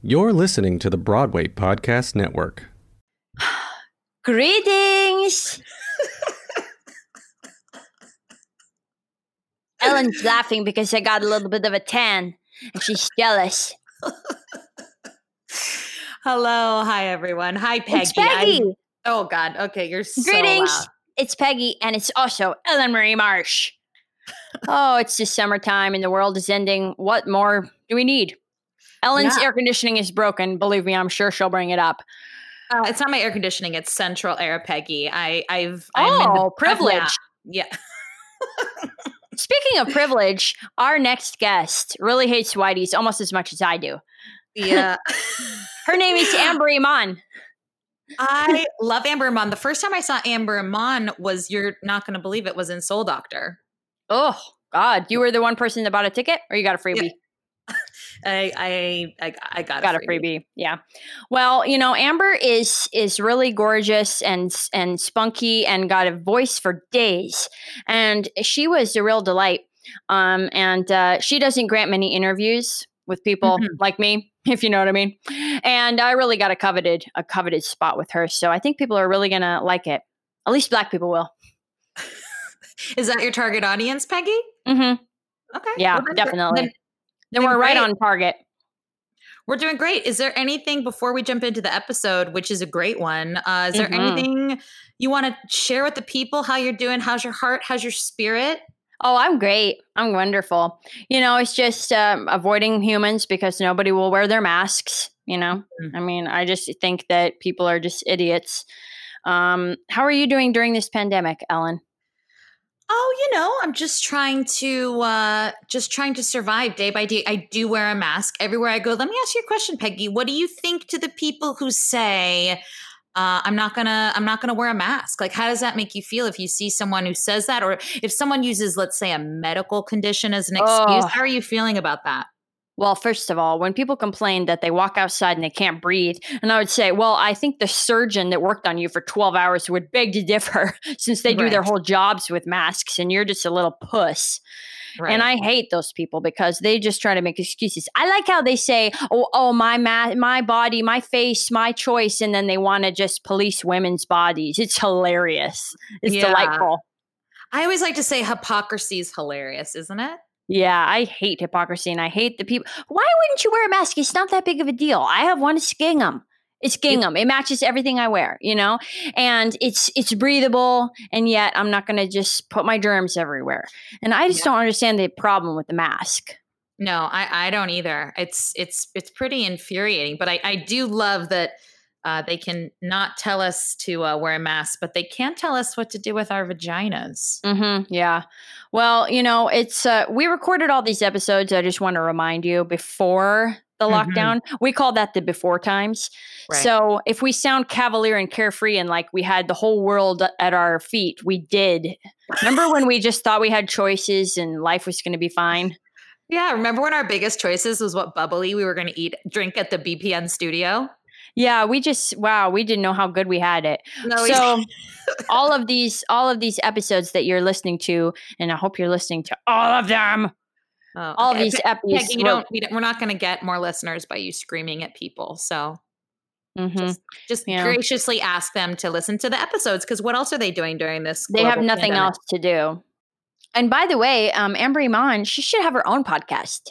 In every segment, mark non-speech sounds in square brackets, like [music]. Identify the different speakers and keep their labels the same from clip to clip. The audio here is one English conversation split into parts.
Speaker 1: You're listening to the Broadway Podcast Network.
Speaker 2: [laughs]
Speaker 3: Greetings. Ellen's laughing because I got a little bit of a tan and she's jealous.
Speaker 2: Hello, hi everyone. Hi Peggy.
Speaker 3: It's Peggy.
Speaker 2: I'm- oh God. Okay, you're so
Speaker 3: Greetings.
Speaker 2: loud.
Speaker 3: It's Peggy and it's also Ellen Marie
Speaker 2: [laughs]
Speaker 3: Marsh. oh, it's the summertime and the world is ending. What more do we need? Ellen's
Speaker 2: Yeah.
Speaker 3: air conditioning is broken. Believe me, I'm sure she'll bring it up.
Speaker 2: Uh, it's not my air conditioning. It's Central Air, Peggy. I, I've. I'm in the-
Speaker 3: Oh, privilege.
Speaker 2: yeah.
Speaker 3: [laughs] Speaking of privilege, our next guest really hates whiteys almost as much as I do.
Speaker 2: Yeah.
Speaker 3: Her name
Speaker 2: [gasps]
Speaker 3: is Amber Iman.
Speaker 2: I love Amber Amon. The first time I saw Amber Amon was you're not going to believe it was in Soul Doctor.
Speaker 3: Oh God, you were the one person that bought a ticket, or you got a freebie.
Speaker 2: I I I, I got,
Speaker 3: got a freebie. Yeah. Well, you know, Amber is is really gorgeous and s- and spunky and got a voice for days, and she was a real delight. Um, and uh, she doesn't grant many interviews with people
Speaker 2: Mhm.
Speaker 3: like me, [laughs] if you know what I mean. And I really got a coveted a coveted spot with her, so I think people are really gonna like it. At least black people will.
Speaker 2: Is that your target audience, Peggy?
Speaker 3: hmm
Speaker 2: Okay.
Speaker 3: Yeah,
Speaker 2: well, then-
Speaker 3: definitely.
Speaker 2: then
Speaker 3: Then we're right
Speaker 2: great.
Speaker 3: on target.
Speaker 2: We're doing great. Is there anything before we jump into the episode, which is a great one? Uh, is there
Speaker 3: Mhm.
Speaker 2: anything you want to share with the people? How you're doing? How's your heart? How's your spirit?
Speaker 3: Oh, I'm great. I'm wonderful. You know, it's just um, avoiding humans because nobody will wear their masks. You know,
Speaker 2: Mm.
Speaker 3: I mean, I just think that people are just idiots. Um, how are you doing during this pandemic, Ellen?
Speaker 2: Oh, you know, I'm just trying to uh just trying to survive day by day. I do wear a mask everywhere I go. Let me ask you a question, Peggy. What do you think to the people who say uh, I'm not gonna I'm not gonna wear a mask? Like, how does that make you feel if you see someone who says that, or if someone uses, let's say, a medical condition as an excuse?
Speaker 3: Ugh.
Speaker 2: How are you feeling about that?
Speaker 3: Well, first of all, when people complain that they walk outside and they can't breathe, and I would say, well, I think the surgeon that worked on you for 12 hours would beg to differ [laughs] since they do their
Speaker 2: Right.
Speaker 3: whole jobs with masks and you're just a little puss. And I hate those people because they just try to make excuses. I like how they say, "Oh, oh, my ma- my body, my face, my choice," and then they want to just police women's bodies. It's hilarious. It's
Speaker 2: Yeah.
Speaker 3: delightful.
Speaker 2: I always like to say hypocrisy is hilarious, isn't it?
Speaker 3: Yeah, I hate hypocrisy and I hate the people. Why wouldn't you wear a mask? It's not that big of a deal. I have one. It's gingham. It's gingham. It matches everything I wear, you know, and it's it's breathable. And yet, I'm not going to just put my germs everywhere. And I just
Speaker 2: Yeah.
Speaker 3: don't understand the problem with the mask.
Speaker 2: No, I, I don't either. It's it's it's pretty infuriating, but I, I do love that uh, they can not tell us to uh, wear a mask, but they can tell us what to do with our vaginas.
Speaker 3: hmm yeah. Well, you know, it's uh, we recorded all these episodes. I just want to remind you before the
Speaker 2: Mhm.
Speaker 3: lockdown, we call that the before times.
Speaker 2: Right.
Speaker 3: So if we sound cavalier and carefree and like we had the whole world at our feet, we did. Remember when we just thought we had choices and life was going to be fine?
Speaker 2: Yeah, remember when our biggest choices was what bubbly we were going to eat, drink at the BPN studio?
Speaker 3: Yeah, we just wow, we didn't know how good we had it.
Speaker 2: No, we-
Speaker 3: so all of these all of these episodes that you're listening to, and I hope you're listening to all of them.
Speaker 2: [laughs] Oh,
Speaker 3: All
Speaker 2: okay.
Speaker 3: these episodes.
Speaker 2: Peggy, you don't, we don't. We're not going to get more listeners by you screaming at people. So
Speaker 3: Mhm.
Speaker 2: just
Speaker 3: Yeah.
Speaker 2: graciously ask them to listen to the episodes because what else are they doing during this?
Speaker 3: They have
Speaker 2: global
Speaker 3: nothing
Speaker 2: pandemic?
Speaker 3: else to do. And by the way, um, Amber Iman, she should have her own podcast.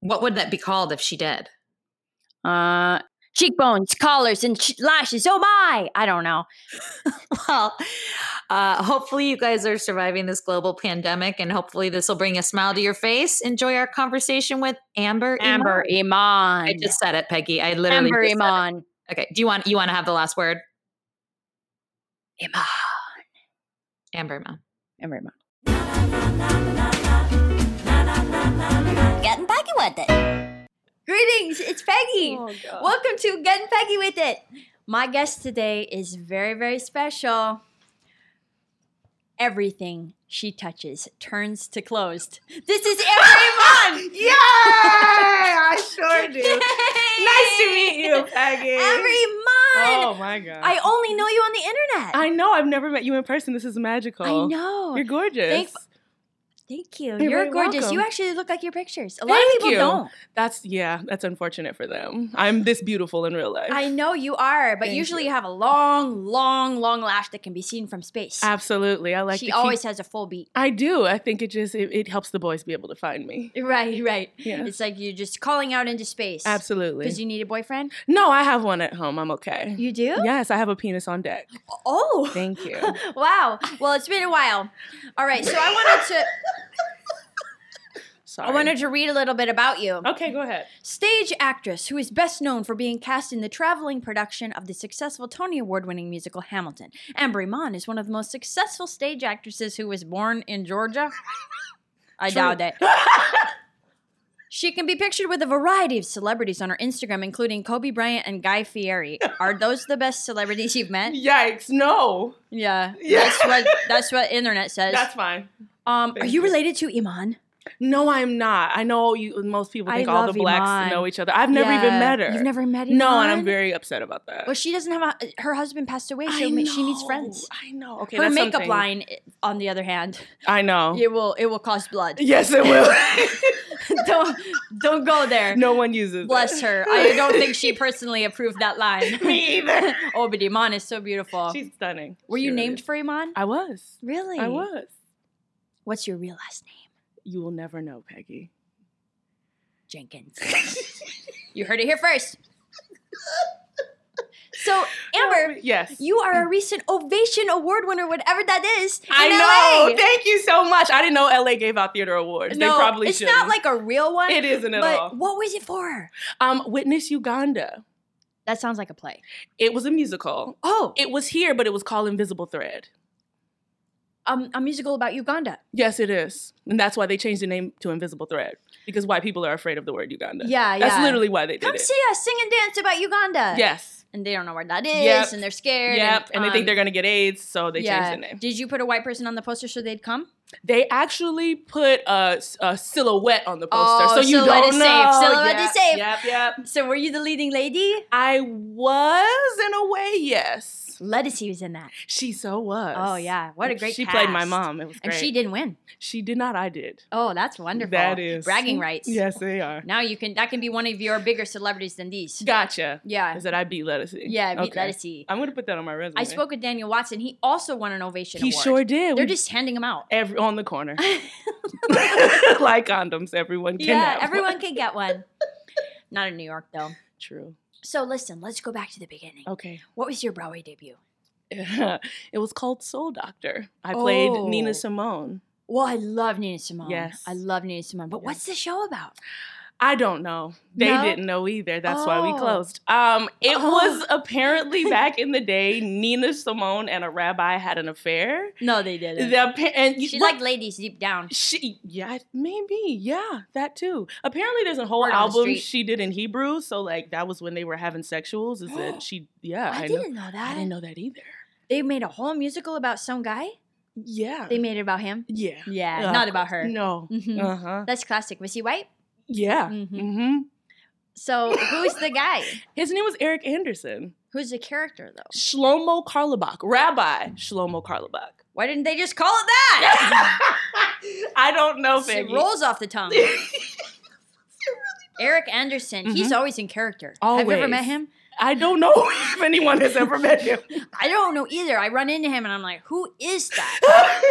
Speaker 2: What would that be called if she did?
Speaker 3: Uh, cheekbones, collars, and ch- lashes. Oh my! I don't know.
Speaker 2: Well, uh, hopefully, you guys are surviving this global pandemic, and hopefully, this will bring a smile to your face. Enjoy our conversation with Amber. Iman.
Speaker 3: Amber Iman.
Speaker 2: I just said it, Peggy. I literally.
Speaker 3: Amber
Speaker 2: just said it.
Speaker 3: Iman.
Speaker 2: Okay. Do you want you want to have the last word,
Speaker 3: Iman.
Speaker 2: Amber? Iman.
Speaker 3: Amber Iman.
Speaker 4: Getting Peggy with it.
Speaker 3: Greetings, it's Peggy.
Speaker 5: Oh,
Speaker 3: Welcome to Getting Peggy with It. My guest today is very, very special. Everything she touches turns to closed. This
Speaker 5: [laughs]
Speaker 3: is Amber Iman.
Speaker 5: Yay! I sure do. Nice to meet you, Peggy.
Speaker 3: Every month.
Speaker 5: oh my god.
Speaker 3: I only know you on the internet.
Speaker 5: I know I've never met you in person. This is magical.
Speaker 3: I know.
Speaker 5: You're gorgeous.
Speaker 3: Thank- Thank you.
Speaker 4: You're
Speaker 3: You're,
Speaker 4: very
Speaker 3: gorgeous. You
Speaker 4: welcome.
Speaker 3: actually look like your pictures. A lot
Speaker 4: Thank
Speaker 3: of people
Speaker 4: you.
Speaker 3: don't.
Speaker 4: That's yeah, that's unfortunate for them. I'm this beautiful in real life. [laughs]
Speaker 3: I know you are, but
Speaker 4: Thank
Speaker 3: usually
Speaker 4: you.
Speaker 3: you. have a long, long, long lash that can be seen from space.
Speaker 4: Absolutely. I like
Speaker 3: she
Speaker 4: to keep-
Speaker 3: always has a full
Speaker 4: [laughs]
Speaker 3: beat.
Speaker 4: I do. I think it just it, it helps the boys be able to find me.
Speaker 3: Right, right.
Speaker 4: Yeah.
Speaker 3: It's like you're just calling out into space.
Speaker 4: Absolutely.
Speaker 3: Because you need a
Speaker 4: [laughs]
Speaker 3: boyfriend?
Speaker 4: no, I have one at home. I'm okay.
Speaker 3: You do?
Speaker 4: Yes, I have a penis on deck.
Speaker 3: Oh.
Speaker 4: Thank you.
Speaker 3: [laughs] wow. Well, it's been a while. All right. So I wanted
Speaker 4: [laughs]
Speaker 3: to
Speaker 4: Sorry.
Speaker 3: I wanted to read a little bit about you.
Speaker 4: Okay, go ahead.
Speaker 3: Stage actress who is best known for being cast in the traveling production of the successful Tony Award winning musical Hamilton. Ambry Mon is one of the most successful stage actresses who was born in Georgia. I
Speaker 4: True.
Speaker 3: doubt
Speaker 4: [laughs]
Speaker 3: it. She can be pictured with a variety of celebrities on her Instagram, including Kobe Bryant and Guy Fieri. Are those the best celebrities you've met?
Speaker 4: Yikes! No,
Speaker 3: Yeah.
Speaker 4: Yeah.
Speaker 3: That's what that's what internet says.
Speaker 4: that's fine.
Speaker 3: um, are
Speaker 4: thank
Speaker 3: you
Speaker 4: you.
Speaker 3: related to Iman?
Speaker 4: No, I'm not. I know you. Most people
Speaker 3: I
Speaker 4: think all the
Speaker 3: love
Speaker 4: blacks
Speaker 3: Iman.
Speaker 4: know each other. I've never even
Speaker 3: Yeah.
Speaker 4: met her.
Speaker 3: You've never met Iman?
Speaker 4: No, and I'm very upset about that.
Speaker 3: Well, she doesn't have a. uh, Her husband passed away, so
Speaker 4: I
Speaker 3: ma- she needs
Speaker 4: know,
Speaker 3: friends.
Speaker 4: I know. Okay,
Speaker 3: her
Speaker 4: that's
Speaker 3: makeup
Speaker 4: something. Oh.
Speaker 3: line, i- on the other hand,
Speaker 4: I know.
Speaker 3: it will it will cause
Speaker 4: [laughs]
Speaker 3: blood. [laughs]
Speaker 4: Yes, it will.
Speaker 3: don't don't go there.
Speaker 4: [laughs] no one uses.
Speaker 3: Bless
Speaker 4: it.
Speaker 3: her. I don't think she personally approved that line.
Speaker 4: [laughs] Me either.
Speaker 3: [laughs] oh, but Iman is so beautiful.
Speaker 4: She's stunning.
Speaker 3: Were
Speaker 4: She
Speaker 3: you
Speaker 4: really
Speaker 3: named
Speaker 4: is.
Speaker 3: for Iman?
Speaker 4: I was.
Speaker 3: really?
Speaker 4: I was.
Speaker 3: What's your real last name?
Speaker 4: You will never know, Peggy.
Speaker 3: Jenkins. you heard it here
Speaker 4: [laughs]
Speaker 3: first. So Amber,
Speaker 4: Yes.
Speaker 3: you are a recent Ovation Award winner, whatever that is. in
Speaker 4: I
Speaker 3: LA.
Speaker 4: know. Thank you so much. I didn't know LA gave out theater awards. they probably
Speaker 3: it's
Speaker 4: should.
Speaker 3: not like a real one.
Speaker 4: it isn't at
Speaker 3: but
Speaker 4: all.
Speaker 3: what was it for?
Speaker 4: Um, Witness Uganda.
Speaker 3: That sounds like a play.
Speaker 4: It was a musical.
Speaker 3: Oh,
Speaker 4: It was here, but it was called Invisible Thread.
Speaker 3: um, a musical about Uganda.
Speaker 4: Yes, it is, and that's why they changed the name to Invisible Thread because white people are afraid of the word Uganda.
Speaker 3: Yeah,
Speaker 4: that's
Speaker 3: yeah.
Speaker 4: literally why they did
Speaker 3: Come
Speaker 4: it.
Speaker 3: see us sing and dance about Uganda.
Speaker 4: Yes.
Speaker 3: and they don't know where that is,
Speaker 4: Yep.
Speaker 3: and they're scared.
Speaker 4: Yep. And they think they're
Speaker 3: um,
Speaker 4: gonna get AIDS, so they
Speaker 3: yeah.
Speaker 4: changed the name.
Speaker 3: Did you put a white person on the poster so they'd come?
Speaker 4: They actually put a, a silhouette on the poster,
Speaker 3: Oh,
Speaker 4: so you
Speaker 3: silhouette
Speaker 4: don't
Speaker 3: is
Speaker 4: know.
Speaker 3: safe. Silhouette
Speaker 4: Yep,
Speaker 3: is safe.
Speaker 4: Yep. Yep.
Speaker 3: So were you the leading lady?
Speaker 4: I was in a way, yes.
Speaker 3: Lettucey was in that.
Speaker 4: She so was.
Speaker 3: Oh yeah, what a great.
Speaker 4: She played my
Speaker 3: cast.
Speaker 4: mom. It was great.
Speaker 3: and she didn't win.
Speaker 4: She did not. I did.
Speaker 3: Oh, that's wonderful.
Speaker 4: That is
Speaker 3: bragging rights.
Speaker 4: Yes, they are.
Speaker 3: Now you can that can be one of your bigger celebrities than these.
Speaker 4: Gotcha.
Speaker 3: Yeah.
Speaker 4: Is that I beat Lettucey?
Speaker 3: Yeah, beat Lettucey.
Speaker 4: I'm gonna put that on my resume.
Speaker 3: I spoke with Daniel Watson. He also won an ovation
Speaker 4: He
Speaker 3: award.
Speaker 4: sure did.
Speaker 3: They're
Speaker 4: We-
Speaker 3: just handing him out.
Speaker 4: every on the
Speaker 3: [laughs]
Speaker 4: corner, [laughs] like condoms. Everyone can.
Speaker 3: yeah,
Speaker 4: have
Speaker 3: everyone
Speaker 4: One.
Speaker 3: can get one. Not in New York though.
Speaker 4: True.
Speaker 3: So listen, let's go back to the beginning.
Speaker 4: Okay. [laughs]
Speaker 3: What was your Broadway debut?
Speaker 4: it was called Soul Doctor. I played
Speaker 3: Oh.
Speaker 4: Nina Simone.
Speaker 3: Well, I love Nina Simone.
Speaker 4: Yes.
Speaker 3: I love Nina Simone. But what's the show about?
Speaker 4: I don't know. They
Speaker 3: No?
Speaker 4: didn't know either. That's why
Speaker 3: Oh.
Speaker 4: we closed. Um, it
Speaker 3: Oh.
Speaker 4: was
Speaker 3: [laughs]
Speaker 4: apparently back in the day, Nina Simone and a rabbi had an affair.
Speaker 3: No, they didn't.
Speaker 4: The appa- and you-
Speaker 3: she
Speaker 4: like
Speaker 3: liked ladies deep down.
Speaker 4: she yeah maybe yeah that too. Apparently, there's a whole
Speaker 3: Word on the
Speaker 4: album
Speaker 3: street.
Speaker 4: she did in Hebrew. So like that was when they were having sexuals. Is
Speaker 3: [gasps]
Speaker 4: that she? Yeah,
Speaker 3: I,
Speaker 4: I, know.
Speaker 3: didn't know that.
Speaker 4: I didn't know that either.
Speaker 3: They made a whole musical about some guy.
Speaker 4: Yeah.
Speaker 3: They made it about him.
Speaker 4: yeah.
Speaker 3: Yeah,
Speaker 4: Uh,
Speaker 3: not about her.
Speaker 4: No.
Speaker 3: Mhm.
Speaker 4: Uh huh.
Speaker 3: That's classic. Was he white?
Speaker 4: Yeah.
Speaker 3: Mhm.
Speaker 4: hmm
Speaker 3: So who's the guy?
Speaker 4: His name was Eric Anderson.
Speaker 3: Who's the character though?
Speaker 4: Shlomo Karlebach, Rabbi Shlomo Karlebach.
Speaker 3: Why didn't they just call it that?
Speaker 4: [laughs] I don't know,
Speaker 3: it
Speaker 4: Peggy.
Speaker 3: rolls off the
Speaker 4: [laughs]
Speaker 3: tongue. Eric Anderson, he's always in character. Have you ever
Speaker 4: Always.
Speaker 3: met him?
Speaker 4: I don't know [laughs] if anyone has ever met him. [laughs]
Speaker 3: I don't know either. I run into him and I'm like, who is
Speaker 4: [laughs]
Speaker 3: that?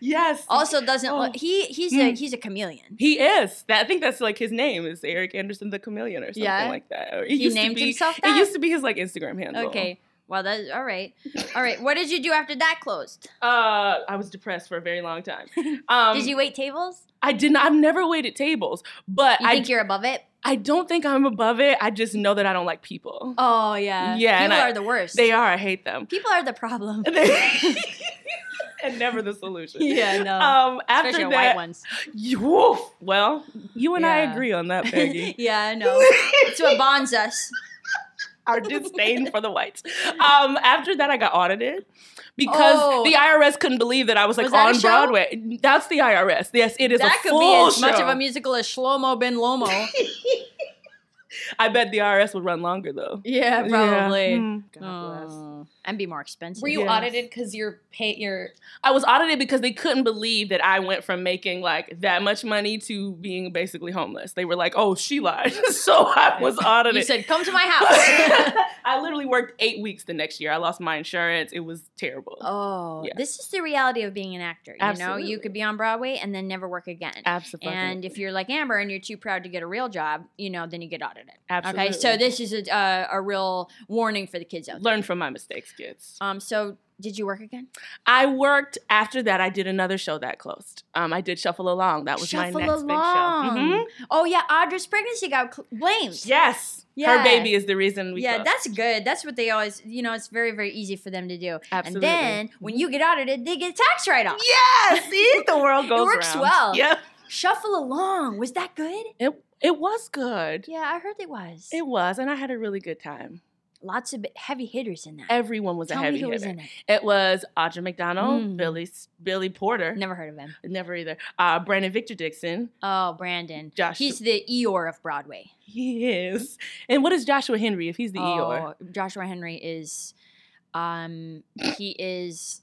Speaker 4: yes.
Speaker 3: Also doesn't
Speaker 4: Oh.
Speaker 3: look he he's a he's a chameleon.
Speaker 4: he is. That, I think that's like his name is Eric Anderson the Chameleon or something
Speaker 3: Yeah.
Speaker 4: like that. Or it
Speaker 3: He
Speaker 4: used to
Speaker 3: named
Speaker 4: be-
Speaker 3: himself
Speaker 4: It
Speaker 3: that?
Speaker 4: used to be his like Instagram handle.
Speaker 3: Okay. Well that's all right. All right. What did you do after that closed?
Speaker 4: Uh, I was depressed for a very long time.
Speaker 3: [laughs]
Speaker 4: Um,
Speaker 3: Did you wait tables?
Speaker 4: I didn't. I've never waited tables, but
Speaker 3: You
Speaker 4: I
Speaker 3: think you're above it?
Speaker 4: I don't think I'm above it. I just know that I don't like people.
Speaker 3: Oh yeah.
Speaker 4: Yeah, and
Speaker 3: People
Speaker 4: I-
Speaker 3: are the worst.
Speaker 4: They are. I hate them. [laughs]
Speaker 3: People are the problem.
Speaker 4: and never the solution.
Speaker 3: [laughs] yeah, no.
Speaker 4: Um, after
Speaker 3: Especially white
Speaker 4: that,
Speaker 3: ones.
Speaker 4: you- woof. well, you and I
Speaker 3: Yeah.
Speaker 4: agree
Speaker 3: [laughs]
Speaker 4: on that, Peggy.
Speaker 3: yeah, I know. it's what bonds us.
Speaker 4: Our disdain for the whites. Um, after that, I got audited because
Speaker 3: Oh.
Speaker 4: the IRS couldn't believe that I was like
Speaker 3: Was that a
Speaker 4: on
Speaker 3: show?
Speaker 4: Broadway. That's the IRS. Yes, it is
Speaker 3: that
Speaker 4: a
Speaker 3: could
Speaker 4: full
Speaker 3: be as much
Speaker 4: show. [laughs]
Speaker 3: of a musical as Shlomo Ben Lomo.
Speaker 4: I bet the IRS would run longer though.
Speaker 3: Yeah, probably.
Speaker 4: Mm, God bless.
Speaker 3: Oh, and be more expensive.
Speaker 6: Were you
Speaker 4: Yes.
Speaker 6: audited because your pay your
Speaker 4: I was audited because they couldn't believe that I went from making like that much money to being basically homeless. They were like, "Oh, she lied," [laughs] so I was
Speaker 3: [laughs]
Speaker 4: audited.
Speaker 6: you said come to my house.
Speaker 4: [laughs] I literally worked eight weeks the next year. I lost my insurance. It was terrible.
Speaker 3: Oh,
Speaker 4: Yeah.
Speaker 3: this is the reality of being an actor. You know, you
Speaker 4: Absolutely.
Speaker 3: could be on Broadway and then never work again.
Speaker 4: Absolutely.
Speaker 3: And if you're like Amber and you're too proud to get a real job, you know, then you get audited.
Speaker 4: Absolutely.
Speaker 3: Okay, so this is a uh, a real warning for the kids out there.
Speaker 4: learn from my mistakes, kids.
Speaker 3: Um, so did you work again?
Speaker 4: I worked after that. I did another show that closed. Um, I did Shuffle Along. That was my next big show. Mhm.
Speaker 3: Oh yeah, Audra's pregnancy got cl- blamed.
Speaker 4: Yes.
Speaker 3: Yeah.
Speaker 4: Her baby is the reason we.
Speaker 3: yeah,
Speaker 4: closed.
Speaker 3: that's good. That's what they always, you know, it's very, very easy for them to do.
Speaker 4: absolutely. Mm-hmm.
Speaker 3: And then when you get audited, they get a tax write off.
Speaker 4: [laughs] yes,
Speaker 3: [laughs]
Speaker 4: see, the world goes
Speaker 3: works
Speaker 4: round.
Speaker 3: well.
Speaker 4: Yeah,
Speaker 3: Shuffle along. Was that good?
Speaker 4: it it was good.
Speaker 3: Yeah, I heard it was.
Speaker 4: It was, and I had a really good time.
Speaker 3: Lots of heavy hitters in that.
Speaker 4: Everyone was
Speaker 3: Tell
Speaker 4: a heavy
Speaker 3: me who
Speaker 4: hitter.
Speaker 3: was in it.
Speaker 4: It was Audra McDonald,
Speaker 3: Mm.
Speaker 4: Billy S- Billy Porter,
Speaker 3: Never heard of him.
Speaker 4: never either. Uh, Brandon Victor Dixon,
Speaker 3: Oh, Brandon.
Speaker 4: Josh.
Speaker 3: He's the Eeyore of Broadway.
Speaker 4: [laughs] he is. And what is Joshua Henry if he's the Eeyore?
Speaker 3: oh, Joshua Henry is, um, he is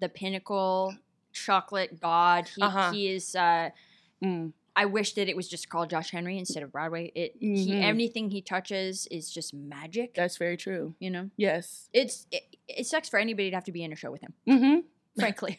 Speaker 3: the pinnacle chocolate god. He,
Speaker 4: Uh-huh.
Speaker 3: he is. Uh,
Speaker 4: Mm.
Speaker 3: I wish that it was just called Josh Henry instead of Broadway. It he,
Speaker 4: Mhm.
Speaker 3: anything he touches is just magic.
Speaker 4: That's very true.
Speaker 3: you know,
Speaker 4: Yes.
Speaker 3: it's it, it sucks for anybody to have to be in a show
Speaker 4: [laughs]
Speaker 3: with him.
Speaker 4: hmm
Speaker 3: Frankly,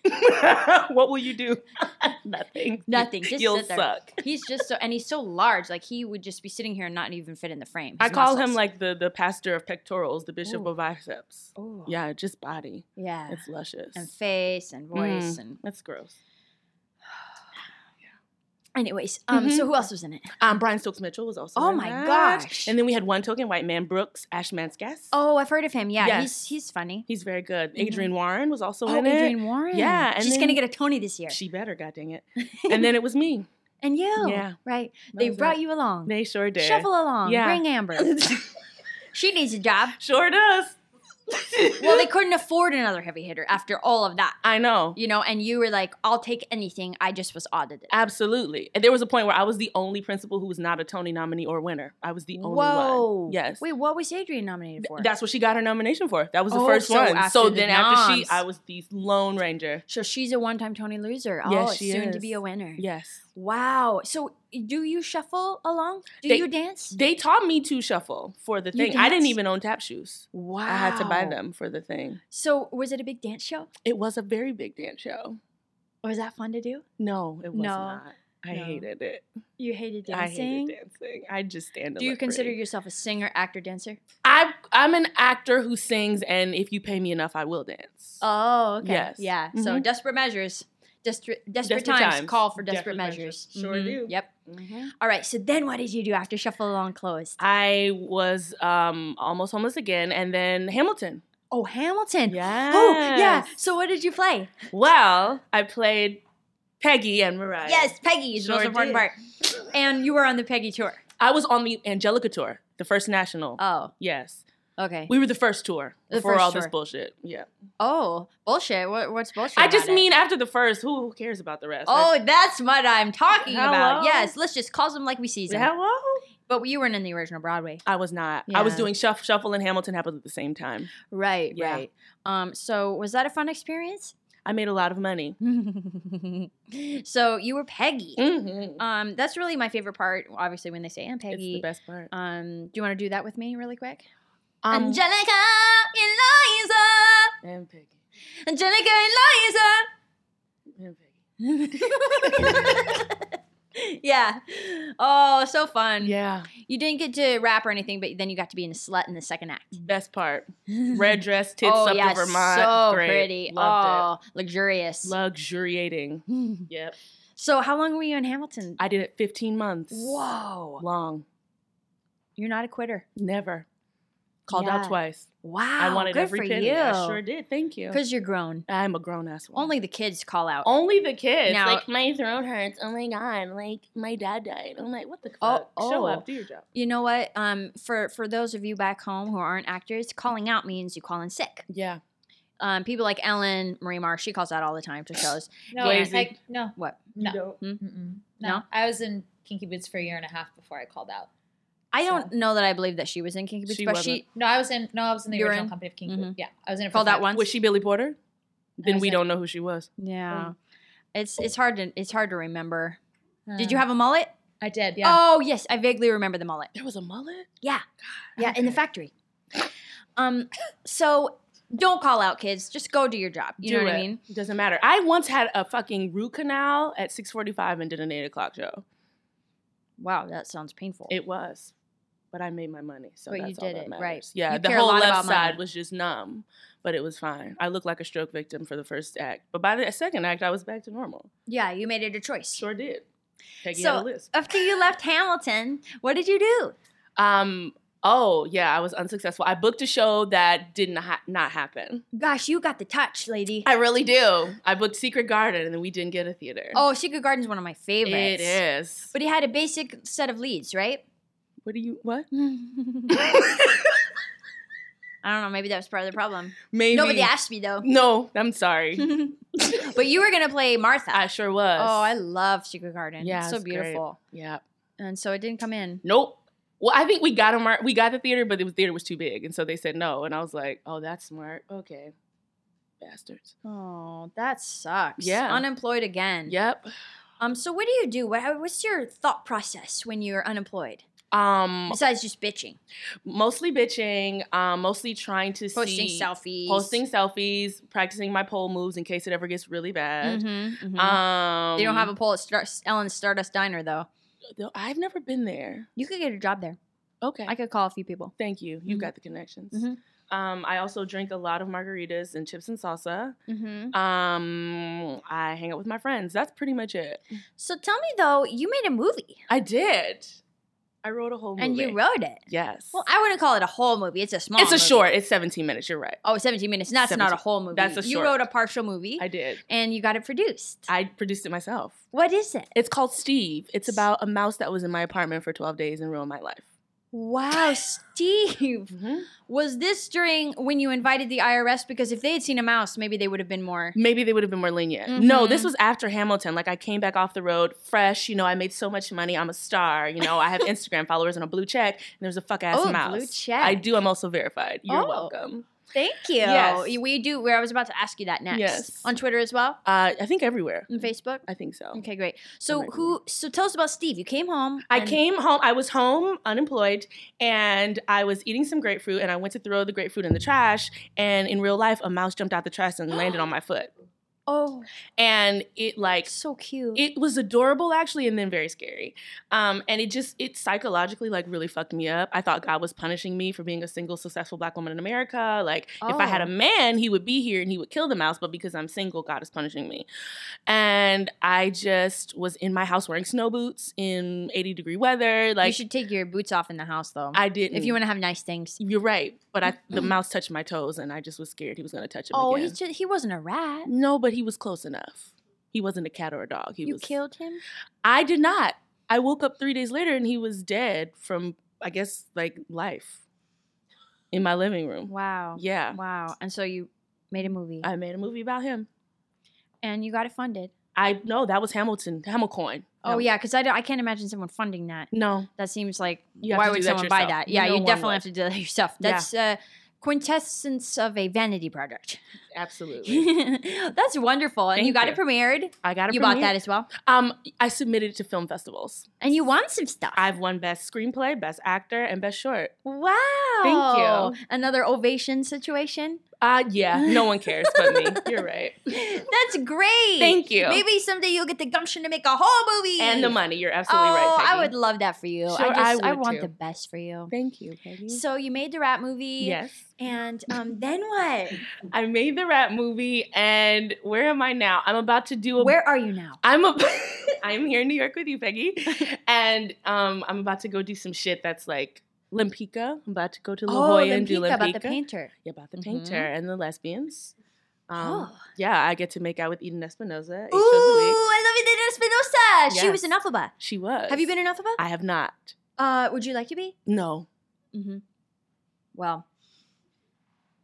Speaker 4: what will you do? [laughs] Nothing.
Speaker 3: [laughs] Nothing. Just
Speaker 4: You'll
Speaker 3: sit there.
Speaker 4: suck.
Speaker 3: he's just so and he's so large. Like he would just be sitting here and not even fit in the frame.
Speaker 4: I
Speaker 3: His
Speaker 4: call him
Speaker 3: muscles.
Speaker 4: like the the pastor of pectorals, the bishop
Speaker 3: Ooh.
Speaker 4: of biceps.
Speaker 3: Ooh.
Speaker 4: Yeah, just body.
Speaker 3: Oh, yeah,
Speaker 4: It's Mm. luscious.
Speaker 3: and face and voice and
Speaker 4: That's gross.
Speaker 3: Anyways, um, so
Speaker 4: Mhm.
Speaker 3: who else was in it?
Speaker 4: Um, Brian Stokes Mitchell was also.
Speaker 3: Oh
Speaker 4: in
Speaker 3: my
Speaker 4: that.
Speaker 3: gosh.
Speaker 4: And then we had one token white man, Brooks Ashmanskas.
Speaker 3: Oh, I've heard of him. Yeah, he's
Speaker 4: Yes.
Speaker 3: he's funny.
Speaker 4: he's very good. Adrian Warren was also
Speaker 3: Oh,
Speaker 4: in
Speaker 3: Adrienne Warren.
Speaker 4: Yeah, and
Speaker 3: she's gonna
Speaker 4: then-
Speaker 3: get a Tony this year.
Speaker 4: it. She better, god dang it. and then it was me.
Speaker 3: and you,
Speaker 4: Yeah.
Speaker 3: right?
Speaker 4: That
Speaker 3: They
Speaker 4: was
Speaker 3: brought
Speaker 4: it.
Speaker 3: you along.
Speaker 4: They sure did.
Speaker 3: Shuffle along.
Speaker 4: Yeah.
Speaker 3: Bring Amber. [laughs] she needs a job.
Speaker 4: sure does.
Speaker 3: Well, they couldn't afford another heavy hitter after all of that,
Speaker 4: [laughs] I know.
Speaker 3: you know. And you were like, "I'll take anything." I just was audited.
Speaker 4: Absolutely. And there was a point where I was the only principal who was not a Tony nominee or winner. I was the only
Speaker 3: Whoa.
Speaker 4: one. Yes.
Speaker 3: Wait, what was Adrian nominated for?
Speaker 4: That's what she got her nomination for. That was the
Speaker 3: Oh,
Speaker 4: first
Speaker 3: so
Speaker 4: one.
Speaker 3: after
Speaker 4: So
Speaker 3: the
Speaker 4: then after she,
Speaker 3: noms.
Speaker 4: I was the Lone Ranger.
Speaker 3: so she's a one-time Tony loser.
Speaker 4: Yes,
Speaker 3: oh,
Speaker 4: she
Speaker 3: soon to be
Speaker 4: is.
Speaker 3: a winner.
Speaker 4: Yes.
Speaker 3: Wow. So do you shuffle along? Do
Speaker 4: They-
Speaker 3: you dance?
Speaker 4: They taught me to shuffle for the
Speaker 3: You
Speaker 4: thing. I didn't
Speaker 3: danced?
Speaker 4: even own tap shoes.
Speaker 3: Wow.
Speaker 4: I had to buy them for the thing.
Speaker 3: So was it a big dance show?
Speaker 4: It was a very big dance show.
Speaker 3: Was that fun to do?
Speaker 4: No, it was
Speaker 3: No.
Speaker 4: not. I
Speaker 3: No.
Speaker 4: hated it.
Speaker 3: You hated
Speaker 4: I
Speaker 3: dancing.
Speaker 4: hated dancing. I just stand. to
Speaker 3: do you
Speaker 4: look
Speaker 3: consider
Speaker 4: pretty.
Speaker 3: yourself a singer, actor, dancer?
Speaker 4: I I'm an actor who sings, and if you pay me enough, I will dance.
Speaker 3: Oh, okay.
Speaker 4: Yes.
Speaker 3: Yeah. So
Speaker 4: Mhm.
Speaker 3: desperate measures. Desperate, Mm-hmm. desperate,
Speaker 4: Desperate
Speaker 3: times,
Speaker 4: times.
Speaker 3: call for desperate,
Speaker 4: Desperate
Speaker 3: measures.
Speaker 4: measures. Sure
Speaker 3: Mhm.
Speaker 4: do.
Speaker 3: Yep. All right. So then, what did you do after Shuffle Along closed?
Speaker 4: I was um almost homeless again, and then Hamilton.
Speaker 3: Oh, Hamilton.
Speaker 4: Yeah.
Speaker 3: Oh, yeah. So what did you play?
Speaker 4: Well, I played Peggy and Mariah.
Speaker 3: Yes, Peggy is the most
Speaker 4: Sure
Speaker 3: important
Speaker 4: did.
Speaker 3: part. And you were on the Peggy tour.
Speaker 4: I was on the Angelica tour, the first national.
Speaker 3: Oh,
Speaker 4: yes,
Speaker 3: okay.
Speaker 4: we were the first tour
Speaker 3: The
Speaker 4: before
Speaker 3: first
Speaker 4: all this
Speaker 3: tour.
Speaker 4: bullshit. Yeah.
Speaker 3: Oh, bullshit. What, what's bullshit?
Speaker 4: I
Speaker 3: about
Speaker 4: just
Speaker 3: it?
Speaker 4: mean after the first, who, who cares about the rest?
Speaker 3: Oh, that's what I'm talking about.
Speaker 4: Hello?
Speaker 3: Yes, let's just call them like we see them.
Speaker 4: hello.
Speaker 3: But you weren't in the original Broadway,
Speaker 4: I was not. I was
Speaker 3: Yeah.
Speaker 4: doing shuff, shuffle and Hamilton happened at the same time.
Speaker 3: right?
Speaker 4: Yeah.
Speaker 3: Right. Um. So was that a fun experience?
Speaker 4: I made a lot of money.
Speaker 3: [laughs] so you were Peggy.
Speaker 4: Mm-hmm.
Speaker 3: Um. That's really my favorite part. Obviously, when they say "I'm
Speaker 4: It's the
Speaker 3: Peggy."
Speaker 4: best part.
Speaker 3: Um. Do you want to do that with me, really quick?
Speaker 4: Um,
Speaker 3: Angelica, Eliza,
Speaker 4: and Peggy.
Speaker 3: Angelica, Eliza.
Speaker 4: And Peggy.
Speaker 3: [laughs] yeah. Oh, so fun.
Speaker 4: Yeah.
Speaker 3: You didn't get to rap or anything, but then you got to be in a slut in the second act.
Speaker 4: Best
Speaker 3: [laughs]
Speaker 4: part. Red dress, tits
Speaker 3: oh,
Speaker 4: up
Speaker 3: yeah,
Speaker 4: to Vermont.
Speaker 3: So
Speaker 4: Great.
Speaker 3: pretty.
Speaker 4: Loved
Speaker 3: oh, luxurious.
Speaker 4: it. Luxuriating. Yep.
Speaker 3: [laughs] so, how long were you in Hamilton?
Speaker 4: I did it 15 months.
Speaker 3: Whoa.
Speaker 4: Long.
Speaker 3: You're not a quitter.
Speaker 4: Never. Called out
Speaker 3: Yeah.
Speaker 4: twice.
Speaker 3: Wow.
Speaker 4: I wanted
Speaker 3: good
Speaker 4: every
Speaker 3: for
Speaker 4: penny.
Speaker 3: you.
Speaker 4: I sure did. Thank you.
Speaker 3: Because you're grown.
Speaker 4: I'm a grown ass woman.
Speaker 3: Only the kids call out.
Speaker 4: Only the kids.
Speaker 3: Now-
Speaker 4: like my throat hurts. Oh my god. Like my dad died. I'm like, what the
Speaker 3: Oh,
Speaker 4: fuck? Show
Speaker 3: oh.
Speaker 4: up. Do your job.
Speaker 3: You know what? Um, for for those of you back home who aren't actors, calling out means you call in sick.
Speaker 4: Yeah.
Speaker 3: Um, people like Ellen Marie Marsh, she calls out all the time to shows.
Speaker 6: no, I,
Speaker 4: Lazy.
Speaker 6: I- no,
Speaker 3: What?
Speaker 6: no,
Speaker 4: You don't-
Speaker 6: mm-mm, no,
Speaker 3: No?
Speaker 6: I was in Kinky Boots for a year and a half before I called out.
Speaker 3: I
Speaker 6: So-
Speaker 3: don't know that I believe that she was in Kinky Boots,
Speaker 4: She
Speaker 3: but
Speaker 4: wasn't.
Speaker 3: she
Speaker 6: No, I was in. No, I was in the
Speaker 3: You were
Speaker 6: original
Speaker 3: in?
Speaker 6: company of King.
Speaker 3: Mhm.
Speaker 6: Boots. Yeah, I was in it for
Speaker 3: called that
Speaker 6: five-
Speaker 3: once.
Speaker 4: Was she Billy Porter? Then
Speaker 6: was
Speaker 4: we
Speaker 6: in-
Speaker 4: don't know who she was.
Speaker 3: yeah, Oh. it's it's hard to it's hard to remember. Did
Speaker 6: Uh,
Speaker 4: Mm.
Speaker 3: you have a mullet?
Speaker 6: I did. Yeah.
Speaker 3: Oh yes, I vaguely remember the mullet.
Speaker 4: There was a mullet.
Speaker 3: Yeah, yeah, in the factory. Um, so don't call out kids. Just go do your job. You
Speaker 4: Do
Speaker 3: know what I
Speaker 4: it.
Speaker 3: mean?
Speaker 4: Doesn't matter. I once had a fucking root canal at 6:45 and did an eight o'clock show.
Speaker 3: Wow, that sounds painful.
Speaker 4: It was, but I made my money, so
Speaker 3: But you
Speaker 4: that's all
Speaker 3: did
Speaker 4: that
Speaker 3: it,
Speaker 4: matters.
Speaker 3: right.
Speaker 4: Yeah,
Speaker 3: You
Speaker 4: the
Speaker 3: care a
Speaker 4: whole
Speaker 3: lot
Speaker 4: left
Speaker 3: about money.
Speaker 4: side was just numb, but it was fine. I looked like a stroke victim for the first act, but by the second act, I was back to normal.
Speaker 3: yeah, you made it a choice.
Speaker 4: Sure did. Peggy
Speaker 3: So-
Speaker 4: had a list.
Speaker 3: After you left Hamilton, what did you do?
Speaker 4: Um. Oh yeah, I was unsuccessful. I booked a show that did not ha- not happen.
Speaker 3: Gosh, you got the touch, lady.
Speaker 4: I really do. I booked Secret Garden, and then we didn't get a theater.
Speaker 3: Oh, Secret Garden's one of my
Speaker 4: it
Speaker 3: favorites.
Speaker 4: is.
Speaker 3: But he had a basic set of leads,
Speaker 4: [laughs]
Speaker 3: right?
Speaker 4: What do you what?
Speaker 3: I don't know. Maybe that was part of the problem.
Speaker 4: [laughs] Maybe
Speaker 3: Nobody asked me
Speaker 4: [laughs]
Speaker 3: though.
Speaker 4: No, I'm sorry.
Speaker 3: but you were gonna play Martha.
Speaker 4: I sure was.
Speaker 3: oh, [laughs] I love Secret Garden.
Speaker 4: Yeah,
Speaker 3: it's so
Speaker 4: it's great.
Speaker 3: beautiful.
Speaker 4: yeah.
Speaker 3: And so it didn't come in.
Speaker 4: Nope. Well, I think we got them. We got the theater, but the theater was too big, and so they said no. And I was like, "Oh, that's smart. Okay, bastards.
Speaker 3: Oh, that sucks.
Speaker 4: Yeah.
Speaker 3: unemployed again.
Speaker 4: Yep.
Speaker 3: Um. So what do you do? What, what's your thought process when you're unemployed
Speaker 4: Um,
Speaker 3: besides just bitching,
Speaker 4: mostly bitching. Um, mostly trying to
Speaker 3: posting
Speaker 4: see
Speaker 3: selfies,
Speaker 4: posting selfies, practicing my pole moves in case it ever gets really bad.
Speaker 3: Mhm, mhm.
Speaker 4: Um,
Speaker 3: they don't have a poll at Star- Ellen's Stardust Diner though.
Speaker 4: Though I've never been there.
Speaker 3: You could get a job there.
Speaker 4: Okay.
Speaker 3: I could call a few people.
Speaker 4: Thank you. You've
Speaker 3: Mhm.
Speaker 4: got the connections.
Speaker 3: Mhm.
Speaker 4: Um, I also drink a lot of margaritas and chips and salsa.
Speaker 3: Mm-hmm.
Speaker 4: Um, I hang out with my friends. That's pretty much it.
Speaker 3: So tell me though, you made a movie
Speaker 4: I did. I wrote a whole movie.
Speaker 3: and you wrote it.
Speaker 4: Yes.
Speaker 3: Well, I wouldn't call it a whole movie. It's a small.
Speaker 4: it's a
Speaker 3: movie.
Speaker 4: short. It's 17 minutes. You're right.
Speaker 3: Oh, 17 minutes. That's not a
Speaker 4: 17.
Speaker 3: whole movie.
Speaker 4: That's a
Speaker 3: You
Speaker 4: short.
Speaker 3: wrote a partial movie
Speaker 4: I did.
Speaker 3: and you got it produced.
Speaker 4: I produced it myself.
Speaker 3: what is it?
Speaker 4: It's called Steve. It's about a mouse that was in my apartment for 12 days and ruined my life. [laughs]
Speaker 3: Wow, Steve.
Speaker 4: Mm-hmm.
Speaker 3: Was this during when you invited the IRS? Because if they had seen a mouse, maybe they would have been more.
Speaker 4: Maybe they would have been more lenient. No,
Speaker 3: Mhm.
Speaker 4: this was after Hamilton. Like I came back off the road fresh. You know, I made so much money. I'm a star. You know,
Speaker 3: [laughs]
Speaker 4: I have Instagram followers and a blue check. And there's a fuck ass
Speaker 3: Oh, a blue
Speaker 4: mouse.
Speaker 3: check.
Speaker 4: I do. I'm also verified. You're
Speaker 3: Oh.
Speaker 4: welcome.
Speaker 3: Thank you.
Speaker 4: Yes.
Speaker 3: We do. Where I was about to ask you that next.
Speaker 4: Yes.
Speaker 3: On Twitter as well,
Speaker 4: Uh, I think everywhere.
Speaker 3: on Facebook.
Speaker 4: I think so.
Speaker 3: Okay, great. So
Speaker 4: might be
Speaker 3: who? So tell us about Steve. You came home.
Speaker 4: I
Speaker 3: and-
Speaker 4: came home. I was home, unemployed, and I was eating some grapefruit. And I went to throw the grapefruit in the trash. And in real life, a mouse jumped out the trash and landed on my foot.
Speaker 3: Oh,
Speaker 4: And it like
Speaker 3: so cute.
Speaker 4: it was adorable actually, and then very scary. Um, and it just it psychologically like really fucked me up. I thought God was punishing me for being a single successful black woman in America. Like if I had
Speaker 3: Oh.
Speaker 4: a man, he would be here and he would kill the mouse. But because I'm single, God is punishing me. And I just was in my house wearing snow boots in 80 degree weather.
Speaker 3: you
Speaker 4: Like
Speaker 3: should take your boots off in the house though.
Speaker 4: I didn't.
Speaker 3: if you want to have nice things.
Speaker 4: you're right. But I the mouse touched my toes, and I just was scared he was gonna touch him.
Speaker 3: Oh,
Speaker 4: again.
Speaker 3: he's just, he wasn't a rat.
Speaker 4: no, but he was close enough. He wasn't a cat or a dog. He
Speaker 3: you
Speaker 4: was
Speaker 3: killed him.
Speaker 4: I did not. I woke up three days later and he was dead from, I guess, like life in my living room.
Speaker 3: Wow.
Speaker 4: Yeah.
Speaker 3: Wow. And so you made a movie
Speaker 4: I made a movie about him.
Speaker 3: and you got it funded.
Speaker 4: I no, that was Hamilton, Hamilcoin.
Speaker 3: Oh
Speaker 4: No.
Speaker 3: yeah, because I, don't- I can't imagine someone funding that.
Speaker 4: No.
Speaker 3: That seems like
Speaker 4: You have
Speaker 3: why
Speaker 4: to
Speaker 3: would
Speaker 4: do that
Speaker 3: someone buy
Speaker 4: yourself.
Speaker 3: that?
Speaker 4: You
Speaker 3: Yeah,
Speaker 4: know
Speaker 3: you
Speaker 4: one
Speaker 3: definitely
Speaker 4: would.
Speaker 3: have to do that yourself.
Speaker 4: Yeah.
Speaker 3: That's uh, quintessence of a vanity project.
Speaker 4: Absolutely.
Speaker 3: [laughs] That's wonderful, and you got
Speaker 4: Thank you.
Speaker 3: it premiered.
Speaker 4: [laughs] I got it.
Speaker 3: you bought that as well,
Speaker 4: Um, I submitted to film festivals.
Speaker 3: and you won some stuff.
Speaker 4: I've won best screenplay, best actor, and best short.
Speaker 3: wow!
Speaker 4: Thank you.
Speaker 3: Another ovation situation. [gasps]
Speaker 4: Uh yeah. No one cares
Speaker 3: [laughs]
Speaker 4: but me. You're right.
Speaker 3: That's great.
Speaker 4: Thank you.
Speaker 3: Maybe someday you'll get the gumption to make a whole movie
Speaker 4: And the money. You're absolutely
Speaker 3: oh,
Speaker 4: right.
Speaker 3: I
Speaker 4: Peggy.
Speaker 3: would love that for you. I
Speaker 4: Sure,
Speaker 3: just
Speaker 4: I
Speaker 3: I,
Speaker 4: would
Speaker 3: want
Speaker 4: too.
Speaker 3: the best for you.
Speaker 4: Thank you, Peggy.
Speaker 3: So you made the rap movie.
Speaker 4: yes.
Speaker 3: And
Speaker 4: [laughs]
Speaker 3: um, then what?
Speaker 4: I made the rap movie, and where am I now? I'm about to do a.
Speaker 3: Where are you now?
Speaker 4: I'm
Speaker 3: [laughs]
Speaker 4: a. I'm here in New York with you, Peggy, and um, I'm about to go do some shit that's like Limpica. I'm about to go to La Jolla and do Limpica.
Speaker 3: Oh, about the painter.
Speaker 4: Yeah, about the
Speaker 3: Mhm.
Speaker 4: painter and the lesbians. Um,
Speaker 3: oh.
Speaker 4: Yeah, I get to make out with Eden Espinosa. eight
Speaker 3: Ooh,
Speaker 4: shows a week.
Speaker 3: I love it, Espinosa. She was
Speaker 4: Yes.
Speaker 3: an Alphaba.
Speaker 4: She was.
Speaker 3: Have you been an Alphaba?
Speaker 4: I have not.
Speaker 3: Uh, would you like to be?
Speaker 4: No.
Speaker 3: Mm-hmm. Well,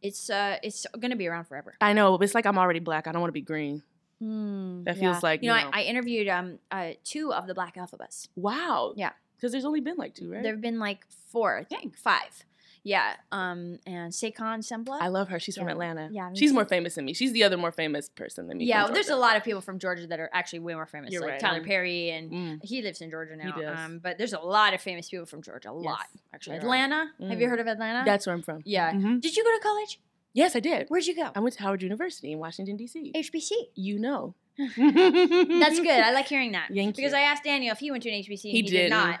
Speaker 3: it's uh, it's gonna be around forever.
Speaker 4: I know, but it's like I'm already black. I don't want to be green. That feels like,
Speaker 3: you know.
Speaker 4: no.
Speaker 3: I, I interviewed um, uh, two of the Black Alphabas.
Speaker 4: Wow.
Speaker 3: Yeah.
Speaker 4: Because there's only been like two, right?
Speaker 3: There have been like four, I think, five. Yeah. Um, and Saquon Sembla.
Speaker 4: I love her. She's from
Speaker 3: Yeah.
Speaker 4: Atlanta.
Speaker 3: Yeah, me
Speaker 4: She's
Speaker 3: too.
Speaker 4: more famous than me. She's the other more famous person than me.
Speaker 3: yeah,
Speaker 4: from
Speaker 3: there's a
Speaker 4: Georgia.
Speaker 3: lot of people from Georgia that are actually way more famous,
Speaker 4: You're
Speaker 3: like
Speaker 4: right.
Speaker 3: Tyler
Speaker 4: Mhm.
Speaker 3: Perry, and
Speaker 4: Mm.
Speaker 3: he lives in Georgia now.
Speaker 4: does.
Speaker 3: Um, but there's a lot of famous people from Georgia. A
Speaker 4: Yes,
Speaker 3: lot, actually.
Speaker 4: there are.
Speaker 3: Atlanta. Have you
Speaker 4: Mm.
Speaker 3: heard of Atlanta?
Speaker 4: That's where I'm from. Mm-hmm.
Speaker 3: yeah. Mm-hmm.
Speaker 5: Mhm.
Speaker 3: Did you go to college?
Speaker 4: Yes, I did.
Speaker 3: Where'd you go?
Speaker 4: I went to Howard University in Washington D.C.
Speaker 3: HBC.
Speaker 4: You know, [laughs]
Speaker 3: That's good. I like hearing that
Speaker 4: Thank
Speaker 3: because
Speaker 4: you.
Speaker 3: I asked Daniel if he went to an HBC. and
Speaker 4: He
Speaker 3: he did
Speaker 4: didn't.
Speaker 3: not.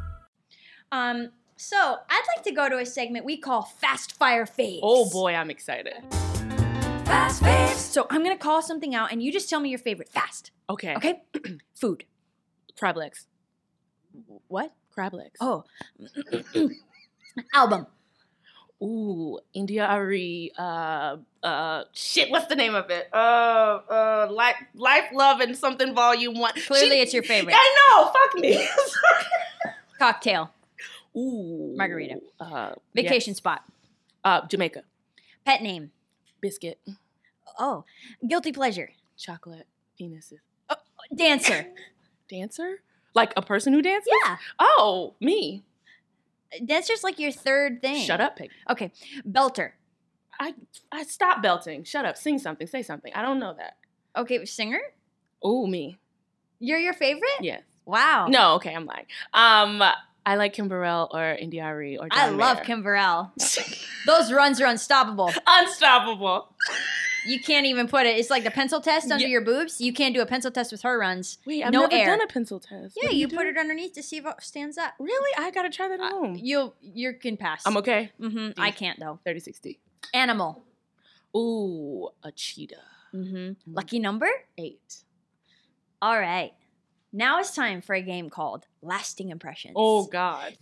Speaker 3: Um, so I'd like to go to a segment we call Fast Fire Faves.
Speaker 4: oh boy, I'm excited.
Speaker 3: Fast Faves. So I'm gonna call something out, and you just tell me your favorite fast.
Speaker 4: Okay.
Speaker 3: Okay. [clears throat] Food.
Speaker 4: Crab legs.
Speaker 3: What?
Speaker 4: Crab legs.
Speaker 3: Oh. [clears throat] Album.
Speaker 4: Ooh, India Ari. Uh, uh,
Speaker 5: Shit, what's the name of it? Uh, uh, life, life, love, and something. Volume one.
Speaker 3: Clearly,
Speaker 5: She-
Speaker 3: it's your favorite.
Speaker 5: I know. Fuck
Speaker 4: [laughs]
Speaker 5: me.
Speaker 3: Cocktail.
Speaker 4: ooh.
Speaker 3: Margarita.
Speaker 4: Uh,
Speaker 3: Vacation
Speaker 4: yes.
Speaker 3: spot.
Speaker 4: Uh, Jamaica.
Speaker 3: Pet name.
Speaker 4: Biscuit.
Speaker 3: Oh. Guilty pleasure.
Speaker 4: Chocolate. Penises.
Speaker 3: Dancer.
Speaker 4: [laughs] Dancer. Like a person who dances.
Speaker 3: yeah.
Speaker 4: Oh, me.
Speaker 3: That's just like your third thing.
Speaker 4: Shut up, pig.
Speaker 3: Okay. Belter.
Speaker 4: I, I stop belting. Shut up. Sing something. Say something. I don't know that.
Speaker 3: Okay, singer?
Speaker 4: Ooh, me.
Speaker 3: You're your favorite?
Speaker 4: Yes.
Speaker 3: Wow.
Speaker 4: No, okay, I'm lying. Um, I like Kim Burrell or Indiari or
Speaker 3: I
Speaker 4: John
Speaker 3: love
Speaker 4: Mayer. [laughs]
Speaker 3: Kim Burrell. Those runs are unstoppable.
Speaker 4: Unstoppable.
Speaker 3: You can't even put it. It's like the pencil test under
Speaker 4: Yeah.
Speaker 3: your boobs. You can't do a pencil test with her runs.
Speaker 4: Wait, I've
Speaker 3: No
Speaker 4: never
Speaker 3: air.
Speaker 4: done a pencil test.
Speaker 3: Yeah, you, put it Uh, underneath to see if it stands up.
Speaker 4: Really? I gotta try that at home.
Speaker 3: You you can pass.
Speaker 4: I'm okay.
Speaker 3: hmm I can't though.
Speaker 4: 3060.
Speaker 3: Animal.
Speaker 4: Ooh, a cheetah.
Speaker 3: hmm
Speaker 4: Mm-hmm.
Speaker 3: Lucky number.
Speaker 4: Eight.
Speaker 3: All right. Now it's time for a game called Lasting Impressions.
Speaker 4: Oh God.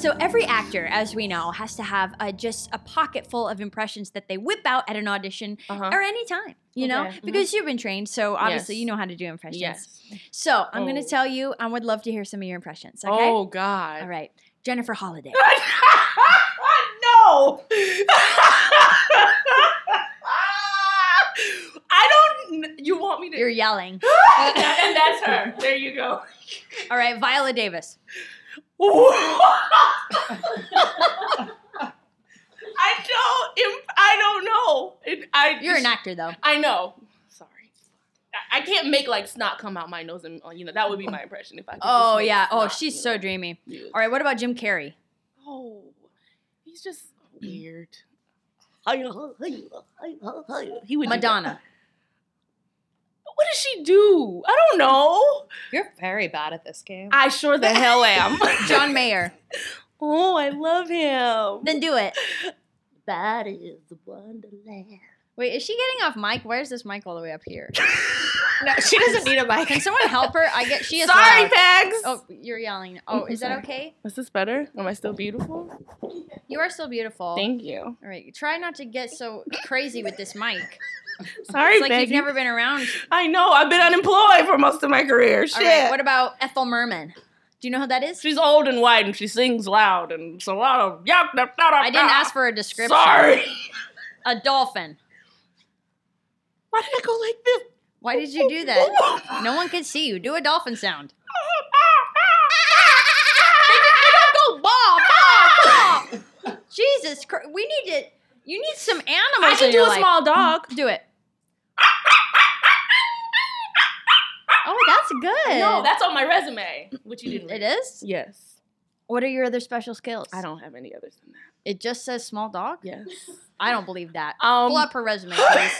Speaker 3: So every actor, as we know, has to have a, just a pocket full of impressions that they whip out at an audition
Speaker 4: Uh-huh.
Speaker 3: or any time, you know?
Speaker 4: Okay, mhm.
Speaker 3: Because you've been trained, so obviously
Speaker 4: Yes.
Speaker 3: you know how to do impressions.
Speaker 4: Yes.
Speaker 3: So I'm going
Speaker 4: Oh.
Speaker 3: to tell you, I would love to hear some of your impressions, okay?
Speaker 4: Oh God.
Speaker 3: All right. Jennifer Holiday.
Speaker 5: no. I don't. You want me to?
Speaker 3: You're yelling.
Speaker 5: and that's her. There you
Speaker 3: [laughs]
Speaker 5: go.
Speaker 3: All right, Viola Davis.
Speaker 5: I don't. im- I don't know. It, I.
Speaker 3: You're an actor, though.
Speaker 4: I know. Sorry. I- I can't make like snot come out my nose and uh, you know that would be my impression if I. Could just
Speaker 3: Oh,
Speaker 4: make
Speaker 3: yeah. Oh,
Speaker 4: snot,
Speaker 3: she's
Speaker 4: you
Speaker 3: so
Speaker 4: know.
Speaker 3: dreamy.
Speaker 4: Yeah.
Speaker 3: All right, what about Jim Carrey?
Speaker 4: Oh, he's just weird. He would do that.
Speaker 3: Madonna.
Speaker 4: What does she do? I don't know.
Speaker 6: [laughs] You're very bad at this game.
Speaker 4: I sure the
Speaker 3: [laughs]
Speaker 4: hell am.
Speaker 3: John Mayer.
Speaker 4: Oh, I love him.
Speaker 3: Then do it.
Speaker 4: [laughs] That is wonderland.
Speaker 3: Wait, is she getting off mic? Where's this mic all the way up
Speaker 4: [laughs]
Speaker 3: here?
Speaker 5: No, she doesn't need a mic.
Speaker 3: Can someone help her? I get she is
Speaker 5: Sorry,
Speaker 3: loud.
Speaker 5: Pegs.
Speaker 3: Oh, you're yelling. Oh,
Speaker 4: I'm
Speaker 3: is that
Speaker 4: sorry.
Speaker 3: okay?
Speaker 4: Is this better? Am I still beautiful?
Speaker 3: You are still beautiful.
Speaker 4: Thank you.
Speaker 3: All right, try not to get so crazy with this
Speaker 4: [laughs]
Speaker 3: mic.
Speaker 4: Sorry,
Speaker 3: It's like you've
Speaker 4: Peggy.
Speaker 3: never been around.
Speaker 5: I know. I've been unemployed for most of my career.
Speaker 3: All
Speaker 5: Shit.
Speaker 3: right, what about Ethel Merman? Do you know who that is?
Speaker 4: She's old and white, and she sings loud, and it's a lot of yuck. da, da, da,
Speaker 3: I didn't
Speaker 4: da.
Speaker 3: ask for a description.
Speaker 5: Sorry.
Speaker 4: [laughs]
Speaker 3: A dolphin.
Speaker 5: Why did I go like this?
Speaker 3: Why did you do [laughs]
Speaker 4: [laughs]
Speaker 3: that? No one could see you. Do a dolphin sound. Jesus Christ. We need to. You need some animals.
Speaker 4: [laughs] I can
Speaker 3: in
Speaker 4: do
Speaker 3: your
Speaker 4: a
Speaker 3: life.
Speaker 4: small dog.
Speaker 3: Do it. Oh, that's good.
Speaker 4: No, that's on my resume, which you didn't.
Speaker 3: Mm, it
Speaker 4: read.
Speaker 3: is.
Speaker 4: Yes.
Speaker 3: What are your other special skills?
Speaker 4: I don't have any others than that.
Speaker 3: It just says small dog.
Speaker 4: Yes.
Speaker 3: I don't believe that. [laughs]
Speaker 4: Um,
Speaker 3: Pull
Speaker 4: [laughs]
Speaker 3: up her resume, please.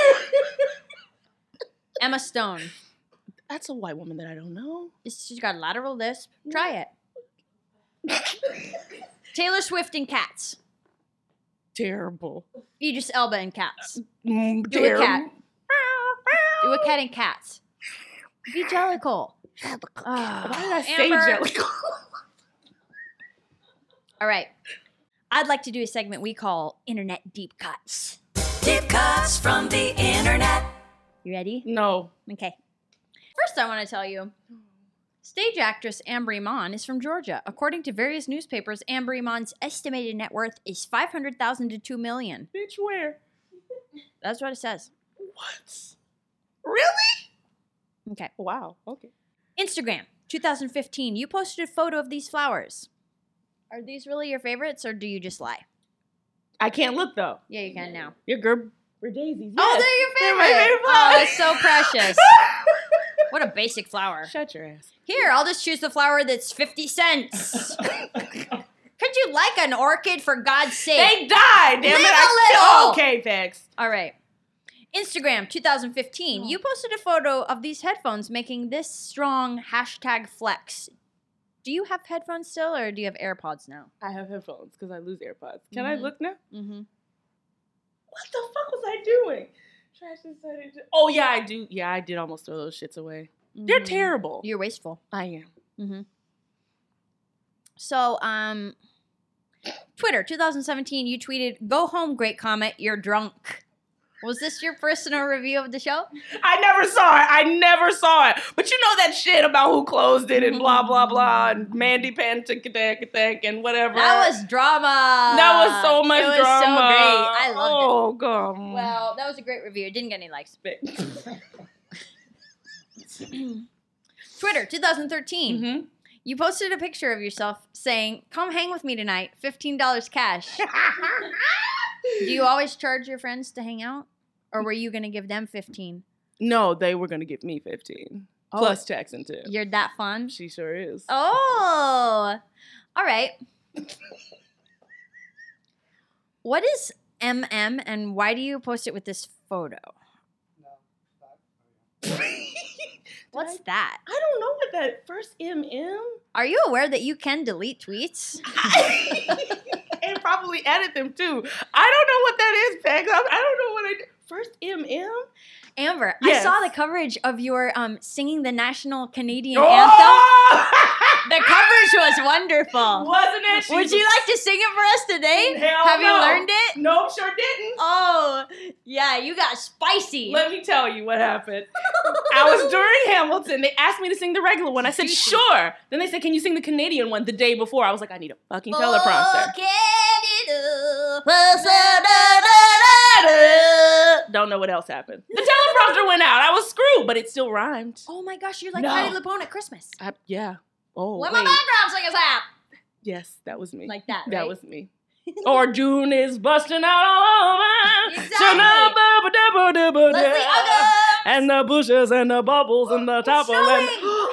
Speaker 3: Emma Stone.
Speaker 4: that's a white woman that I don't know.
Speaker 3: It's- She's got lateral lisp. Try
Speaker 4: [laughs]
Speaker 3: it. Taylor Swift and cats.
Speaker 4: Terrible.
Speaker 3: Idris Elba and cats.
Speaker 4: Mm,
Speaker 3: Do a
Speaker 4: terrible.
Speaker 3: cat. Do a cat and cats. Be jellicle.
Speaker 4: Ah, why [sighs] did I
Speaker 3: Amber.
Speaker 4: say jellicle?
Speaker 3: All right. I'd like to do a segment we call Internet Deep Cuts.
Speaker 7: Deep cuts from the internet.
Speaker 3: You ready?
Speaker 4: [laughs] no.
Speaker 3: Okay. First, I want to tell you stage actress Amber Iman is from Georgia. According to various newspapers, Amber Iman's estimated net worth is 500,000 to 2 million.
Speaker 4: Bitch, where?
Speaker 3: That's what it says.
Speaker 4: What?
Speaker 3: Okay.
Speaker 4: Wow. Okay.
Speaker 3: Instagram, 2015. You posted a photo of these flowers. Are these really your favorites or do you just lie?
Speaker 4: I can't look though.
Speaker 3: Yeah, you can now.
Speaker 4: Your girl were daisies.
Speaker 3: Oh,
Speaker 4: Yes.
Speaker 3: they're your
Speaker 4: my
Speaker 3: favorite.
Speaker 4: favorite
Speaker 3: oh,
Speaker 4: flowers.
Speaker 3: it's so
Speaker 4: [laughs]
Speaker 3: precious. what a basic flower.
Speaker 4: Shut your ass.
Speaker 3: Here, I'll just choose the flower that's 50
Speaker 4: [laughs]
Speaker 3: cents. Could you like an orchid for God's sake?
Speaker 4: They died. Damn
Speaker 3: Live
Speaker 4: it.
Speaker 3: a
Speaker 4: I
Speaker 3: little.
Speaker 4: okay, thanks.
Speaker 3: All right. Instagram
Speaker 4: Oh.
Speaker 3: 2015. You posted a photo of these headphones making this strong hashtag flex. Do you have headphones still or do you have AirPods now?
Speaker 4: I have headphones because I lose AirPods. Can I
Speaker 3: Mhm.
Speaker 4: look now?
Speaker 3: Mm-hmm.
Speaker 4: What the fuck was I doing? Trash decided to- Mm-hmm. Oh yeah, I do. Yeah, I did almost throw those shits away. They're terrible.
Speaker 3: Mm. You're wasteful.
Speaker 4: I am.
Speaker 3: So, um, Twitter 2017, you tweeted, Go home, great comet, you're drunk. Was this your personal review of the show?
Speaker 4: I never saw it. I never saw it. But you know that shit about who closed it
Speaker 3: [laughs]
Speaker 4: and blah blah blah and Mandy Pantikadakadek and whatever.
Speaker 3: That was drama.
Speaker 4: that was so much
Speaker 3: it was so
Speaker 4: drama.
Speaker 3: great. I loved it.
Speaker 4: oh, god. [laughs]
Speaker 3: Well, that was a great review. It didn't get any likes. Twitter 2013.
Speaker 4: Mhm.
Speaker 3: You posted a picture of yourself saying, "Come hang with me tonight, fifteen dollars
Speaker 4: [laughs]
Speaker 3: cash." Do you always charge your friends to hang out, or were you gonna give them fifteen?
Speaker 4: No, they were gonna give me fifteen
Speaker 3: Oh.
Speaker 4: plus tax and tip.
Speaker 3: You're that fun.
Speaker 4: She sure is. [laughs]
Speaker 3: Oh, all right. what is MM, and why do you post it with this photo? What's that?
Speaker 4: I don't know what that first MM
Speaker 3: Are you aware that you can delete tweets?
Speaker 4: [laughs] [sighs] and probably edit them too. I don't know what that is, Peg. I I don't know what I did. First MM.
Speaker 3: Amber,
Speaker 4: Yes.
Speaker 3: I saw the coverage of your um, singing the national Canadian
Speaker 4: Oh! [laughs]
Speaker 3: anthem. The coverage was wonderful.
Speaker 4: Wasn't it? She
Speaker 3: Would you
Speaker 4: was-
Speaker 3: like to sing it for us today?
Speaker 4: Hell
Speaker 3: Have
Speaker 4: no.
Speaker 3: you learned it?
Speaker 4: No, sure didn't.
Speaker 3: Oh, yeah, you got spicy. [laughs]
Speaker 4: Let me tell you what happened. I was during Hamilton. They asked me to sing the regular one. I said, sure. Then they said, can you sing the Canadian one the day before? I was like, I need a fucking teleprompter. Don't know what else happened. The teleprompter went out. I was screwed, but it still rhymed.
Speaker 3: Oh my gosh, you're like
Speaker 4: No.
Speaker 3: Patty LuPone at Christmas.
Speaker 4: I- yeah. Oh,
Speaker 3: When my
Speaker 4: wait.
Speaker 3: background singers out.
Speaker 4: Yes, that was me.
Speaker 3: Like that,
Speaker 4: That
Speaker 3: right?
Speaker 4: was me. or June is busting out all over.
Speaker 3: Exactly.
Speaker 4: Shana-ba-ba-da-ba-da-ba-da.
Speaker 3: Leslie Uggams.
Speaker 4: And the bushes and the bubbles and the topple and.
Speaker 3: snowing.
Speaker 4: [gasps] Oh,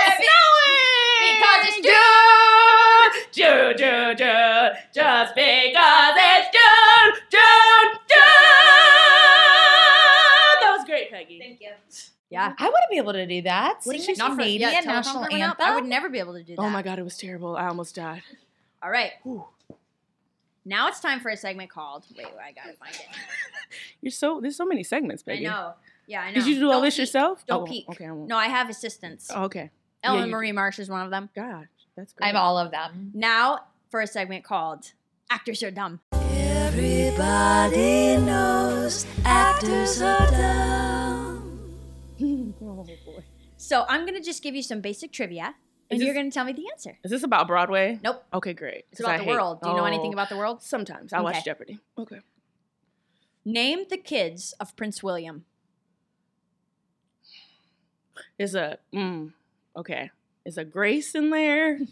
Speaker 4: it's
Speaker 3: Because it's
Speaker 4: snowing! June! June, June, June! Just because it's June! June, June! That was great, Peggy.
Speaker 3: Thank you.
Speaker 6: Yeah. I want to be able to do that.
Speaker 3: What did
Speaker 6: Sing
Speaker 3: you
Speaker 6: the Canadian national anthem.
Speaker 3: I would never be able to do that.
Speaker 4: Oh my god, it was terrible. I almost died.
Speaker 3: All right.
Speaker 4: Ooh.
Speaker 3: Now it's time for a segment called. Wait, I gotta find it.
Speaker 4: You're so there's so many segments, Peggy.
Speaker 3: I know. Yeah, I know.
Speaker 4: Did you do all
Speaker 3: Don't
Speaker 4: this
Speaker 3: peek.
Speaker 4: yourself?
Speaker 3: Don't
Speaker 4: oh,
Speaker 3: peek.
Speaker 4: Okay, I won't.
Speaker 3: No, I have assistants.
Speaker 4: Oh, okay. yeah,
Speaker 3: Ellen
Speaker 4: you-
Speaker 3: Marie Marsh is one of them.
Speaker 4: Gosh, that's great. Mm-hmm.
Speaker 6: I'm all of them.
Speaker 3: Now for a segment called "Actors Are Dumb."
Speaker 7: Everybody knows actors are dumb.
Speaker 4: oh boy.
Speaker 3: So I'm gonna just give you some basic trivia, and
Speaker 4: this-
Speaker 3: you're gonna tell me the answer.
Speaker 4: [laughs] Is this about Broadway?
Speaker 3: Nope.
Speaker 4: Okay, great.
Speaker 3: It's about the world. Do you know
Speaker 4: Oh.
Speaker 3: anything about the world?
Speaker 4: Sometimes I
Speaker 3: Okay.
Speaker 4: watch Jeopardy. Okay.
Speaker 3: Name the kids of Prince William.
Speaker 4: Is a mm, okay. Is a Grace in there? Is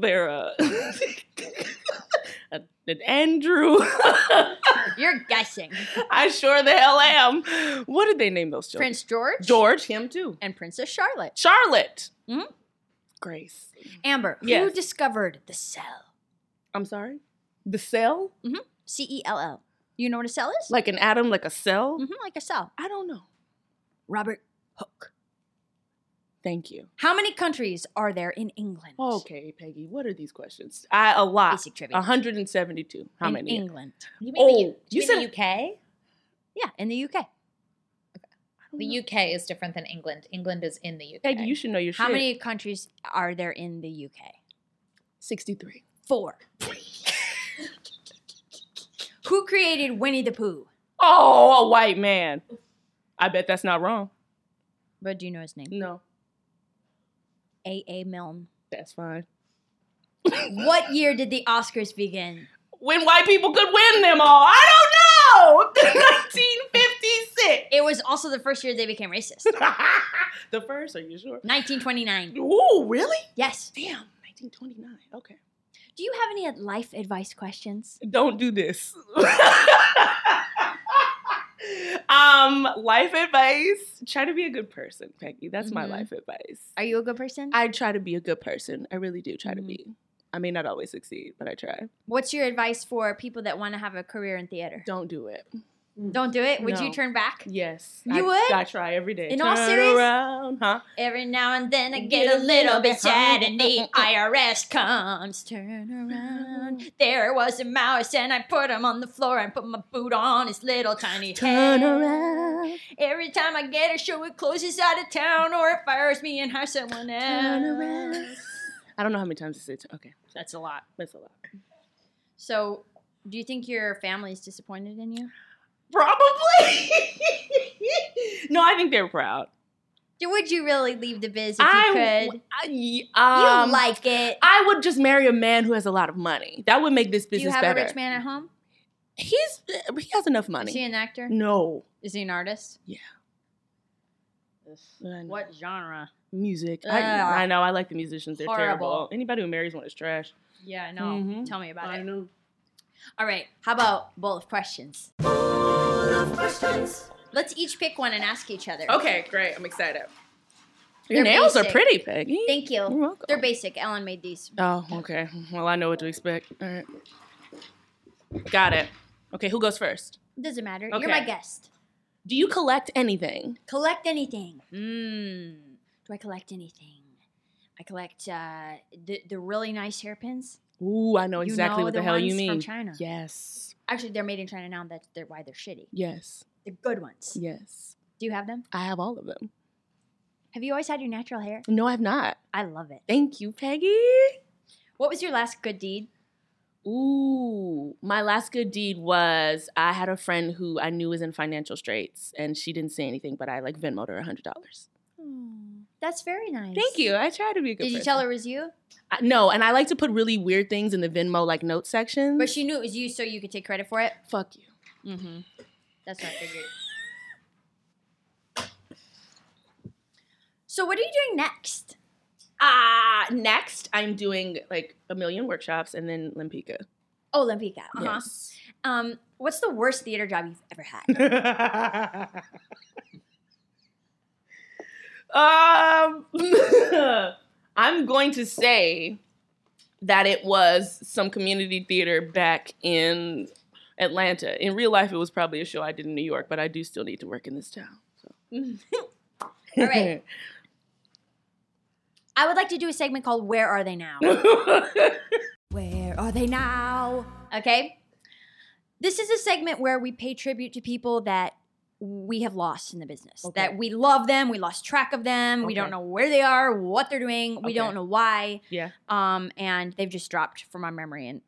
Speaker 4: there a, [laughs] a- an Andrew? [laughs]
Speaker 3: You're guessing.
Speaker 4: I sure the hell am. What did they name those children?
Speaker 3: Prince George.
Speaker 4: George, him too.
Speaker 3: And Princess Charlotte.
Speaker 4: Charlotte. Hmm?
Speaker 3: Mhm.
Speaker 4: Grace.
Speaker 3: Amber, who
Speaker 4: Yes.
Speaker 3: discovered the cell?
Speaker 4: I'm sorry. The cell?
Speaker 3: C E L L. You know what a cell is?
Speaker 4: Like an atom, like a cell?
Speaker 3: Mhm, like a cell.
Speaker 4: I don't know.
Speaker 3: Robert Hook.
Speaker 4: Thank you.
Speaker 3: How many countries are there in England?
Speaker 4: Okay, Peggy, what are these questions? I a lot.
Speaker 3: Basic trivia.
Speaker 4: 172. How
Speaker 3: in
Speaker 4: many?
Speaker 3: England.
Speaker 6: You
Speaker 4: mean the U- Oh, you
Speaker 6: you
Speaker 4: said-
Speaker 6: said UK?
Speaker 3: Yeah, in the UK.
Speaker 4: I
Speaker 6: The UK is different than England. England is in the UK.
Speaker 4: Peggy, you should know your
Speaker 3: How
Speaker 4: shit.
Speaker 3: many countries are there in the UK?
Speaker 4: 63. [laughs]
Speaker 3: Four. Who created Winnie the Pooh?
Speaker 4: Oh, a white man. I bet that's not wrong.
Speaker 3: But do you know his name?
Speaker 4: No.
Speaker 3: A.A. Milne.
Speaker 4: That's fine.
Speaker 3: What year did the Oscars begin?
Speaker 4: When white people could win them all. I don't know. [laughs] 1956.
Speaker 3: It was also the first year they became racist.
Speaker 4: [laughs] the first, are you sure?
Speaker 3: 1929.
Speaker 4: Ooh, really?
Speaker 3: Yes.
Speaker 4: Damn, 1929. Okay.
Speaker 3: Do you have any life advice questions?
Speaker 4: Don't do this. [laughs] um, life advice. Try to be a good person, Peggy. That's my
Speaker 6: Mhm.
Speaker 4: life advice.
Speaker 3: Are you a good person?
Speaker 4: I try to be a good person. I really do try to
Speaker 6: Mhm.
Speaker 4: be. I may not always succeed, but I try.
Speaker 3: What's your advice for people that want to have a career in theater?
Speaker 4: Don't do it.
Speaker 3: Don't do it. Would you
Speaker 4: No.
Speaker 3: turn back?
Speaker 4: Yes.
Speaker 3: You
Speaker 4: I,
Speaker 3: would?
Speaker 4: I try every day.
Speaker 3: In all
Speaker 4: Turn
Speaker 3: serious-
Speaker 4: around, huh?
Speaker 3: Every now and then I get a little bit sad and
Speaker 4: [laughs]
Speaker 3: the IRS comes. Turn around. There was a mouse and I put him on the floor and put my boot on his little tiny head. Every time I get a show, it closes out of town or it fires me and hires someone else.
Speaker 4: I don't know how many times I said. Okay,
Speaker 3: That's a lot.
Speaker 4: that's a lot.
Speaker 3: So, do you think your family's disappointed in you?
Speaker 4: Probably. [laughs] no, I think they're proud.
Speaker 3: Would you really leave the biz if
Speaker 4: I,
Speaker 3: you could?
Speaker 4: I um,
Speaker 3: you like it.
Speaker 4: I would just marry a man who has a lot of money. That would make this
Speaker 3: Do
Speaker 4: business
Speaker 3: you have
Speaker 4: better.
Speaker 3: a rich man at home?
Speaker 4: He's uh, he has enough money.
Speaker 3: Is he an actor?
Speaker 4: no.
Speaker 3: Is he an artist?
Speaker 4: What
Speaker 3: genre?
Speaker 4: music? I,
Speaker 3: Ugh.
Speaker 4: I know. I like the musicians. They're
Speaker 3: Horrible.
Speaker 4: terrible. Anybody who marries one is trash.
Speaker 3: Yeah, no.
Speaker 4: Mhm.
Speaker 3: Tell me about it.
Speaker 4: know.
Speaker 3: All right. How about bowl of questions? Bowl of questions. Let's each pick one and ask each other.
Speaker 4: Okay, great. I'm excited. Your
Speaker 3: They're
Speaker 4: nails
Speaker 3: basic.
Speaker 4: are pretty, Peggy.
Speaker 3: Thank you.
Speaker 4: You're welcome.
Speaker 3: They're basic. Ellen made these.
Speaker 4: Oh, okay. Well, I know what to expect. All right. Got it. Okay, who goes first?
Speaker 3: Doesn't matter.
Speaker 4: Okay.
Speaker 3: You're my guest.
Speaker 4: Do you collect anything?
Speaker 3: Collect anything. Mmm. Do I collect anything? I collect uh, the the really nice hairpins.
Speaker 4: Ooh, I know
Speaker 3: You
Speaker 4: Oh, exactly
Speaker 3: know
Speaker 4: what
Speaker 3: the
Speaker 4: the, hell you
Speaker 3: ones from
Speaker 4: mean.
Speaker 3: China.
Speaker 4: Yes.
Speaker 3: Actually, they're made in China now. and That's they're why they're shitty.
Speaker 4: Yes.
Speaker 3: The good ones.
Speaker 4: Yes.
Speaker 3: Do you have them?
Speaker 4: I have all of them.
Speaker 3: Have you always had your natural hair?
Speaker 4: No, I've not.
Speaker 3: I love it.
Speaker 4: Thank you, Peggy.
Speaker 3: What was your last good deed?
Speaker 4: Ooh, my last good deed was I had a friend who I knew was in financial straits, and she didn't say anything, but I like Venmoed her a hundred dollars.
Speaker 3: That's very nice.
Speaker 4: Thank you. I try to be a good.
Speaker 3: Did you
Speaker 4: person.
Speaker 3: tell her it was you?
Speaker 4: I- no, and I like to put really weird things in the Venmo like note section.
Speaker 3: But she knew it was you, so you could take credit for it.
Speaker 4: fuck you.
Speaker 3: That's what I figured. [laughs] so what are you doing next?
Speaker 4: Ah, next I'm doing like a million workshops and then Limpika.
Speaker 3: Oh, Olympica. Uh-huh.
Speaker 4: Yes.
Speaker 3: Um, what's the worst theater job you've ever had? [laughs]
Speaker 4: um, [laughs] I'm going to say that it was some community theater back in Atlanta. In real life, it was probably a show I did in New York, but I do still need to work in this town. So.
Speaker 3: [laughs] All right. I would like to do a segment called Where Are They [laughs] Now? Where are they now? Okay. This is a segment where we pay tribute to people that we have lost in the business.
Speaker 4: Okay.
Speaker 3: That we love them, we lost track of them, we don't
Speaker 4: Okay.
Speaker 3: know where they are, what they're doing, we
Speaker 4: Okay.
Speaker 3: don't know why.
Speaker 4: [laughs] Yeah.
Speaker 3: Um, and they've just dropped from our memory. And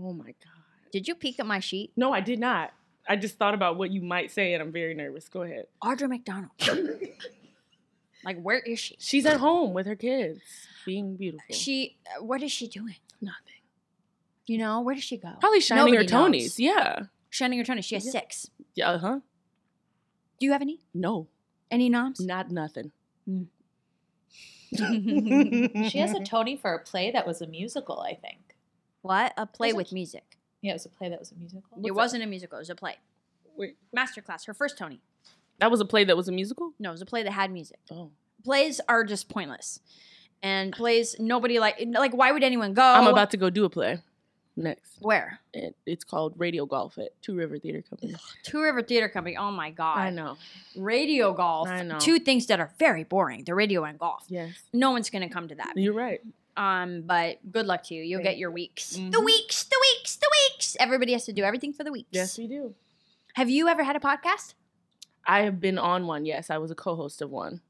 Speaker 4: oh my god.
Speaker 3: did you peek at my sheet?
Speaker 4: No, I did not. I just thought about what you might say, and I'm very nervous. Go ahead.
Speaker 3: Audra McDonald. [laughs] like, where is she?
Speaker 4: She's at home with her kids, being beautiful.
Speaker 3: She, uh, what is she doing?
Speaker 4: Nothing.
Speaker 3: You know, where does she go?
Speaker 4: Probably shining her
Speaker 3: Nobody
Speaker 4: Tonys.
Speaker 3: knows.
Speaker 4: Yeah.
Speaker 3: Shining her Tony. She has six.
Speaker 4: Yeah. Uh huh.
Speaker 3: Do you have any?
Speaker 4: No,
Speaker 3: Any noms?
Speaker 4: not nothing.
Speaker 6: She has a Tony for a play that was a musical, I think.
Speaker 3: [laughs] What? A play
Speaker 6: There's a-
Speaker 3: with music.
Speaker 6: Yeah, it was a play that was a musical.
Speaker 3: it wasn't a musical. It was a play.
Speaker 4: Wait.
Speaker 3: Masterclass. Her first Tony.
Speaker 4: That was a play that was a musical.
Speaker 3: No, it was a play that had music.
Speaker 4: Oh.
Speaker 3: Plays are just pointless, and plays nobody like. Like, why would anyone go?
Speaker 4: I'm about to go do a play next.
Speaker 3: where
Speaker 4: It, it's called Radio Golf at Two River Theater Company.
Speaker 3: Two River Theater Company. Oh my god.
Speaker 4: I know.
Speaker 3: Radio golf.
Speaker 4: I know.
Speaker 3: Two things that are very boring: the radio and golf.
Speaker 4: Yes.
Speaker 3: No one's gonna come to that.
Speaker 4: You're right.
Speaker 3: Um, but good luck to you. You'll
Speaker 4: Thank
Speaker 3: get your weeks. The
Speaker 4: Mhm.
Speaker 3: weeks. The weeks. The weeks. Everybody has to do everything for the weeks.
Speaker 4: we do.
Speaker 3: Have you ever had a podcast?
Speaker 4: I have been on one. Yes, I was a co-host of one.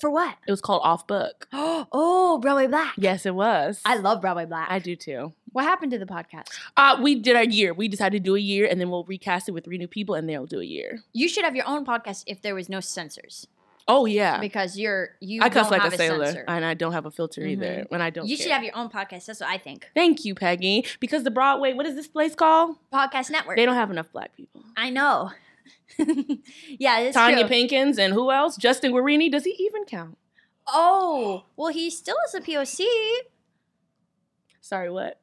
Speaker 3: For what?
Speaker 4: It was called Off Book.
Speaker 3: [gasps] oh, Broadway Black.
Speaker 4: Yes, it was.
Speaker 3: I love Broadway Black.
Speaker 4: I do too.
Speaker 3: What happened to the podcast?
Speaker 4: Uh, we did our year. We decided to do a year, and then we'll recast it with three new people, and they'll do a year.
Speaker 3: You should have your own podcast if there was no censors,
Speaker 4: Oh yeah,
Speaker 3: because you're you.
Speaker 4: I cuss
Speaker 3: don't
Speaker 4: like
Speaker 3: have
Speaker 4: a sailor,
Speaker 3: censor.
Speaker 4: and I don't have a filter either, and I don't.
Speaker 3: You
Speaker 4: care.
Speaker 3: should have your own podcast. That's what I think.
Speaker 4: Thank you, Peggy. Because the Broadway, what is this place called?
Speaker 3: Podcast network.
Speaker 4: They don't have enough black people.
Speaker 3: I know. [laughs] yeah, it's
Speaker 4: Tanya
Speaker 3: true.
Speaker 4: Pinkins and who else? Justin Guarini. Does he even count?
Speaker 3: Oh, well, he still is a POC.
Speaker 4: Sorry, what?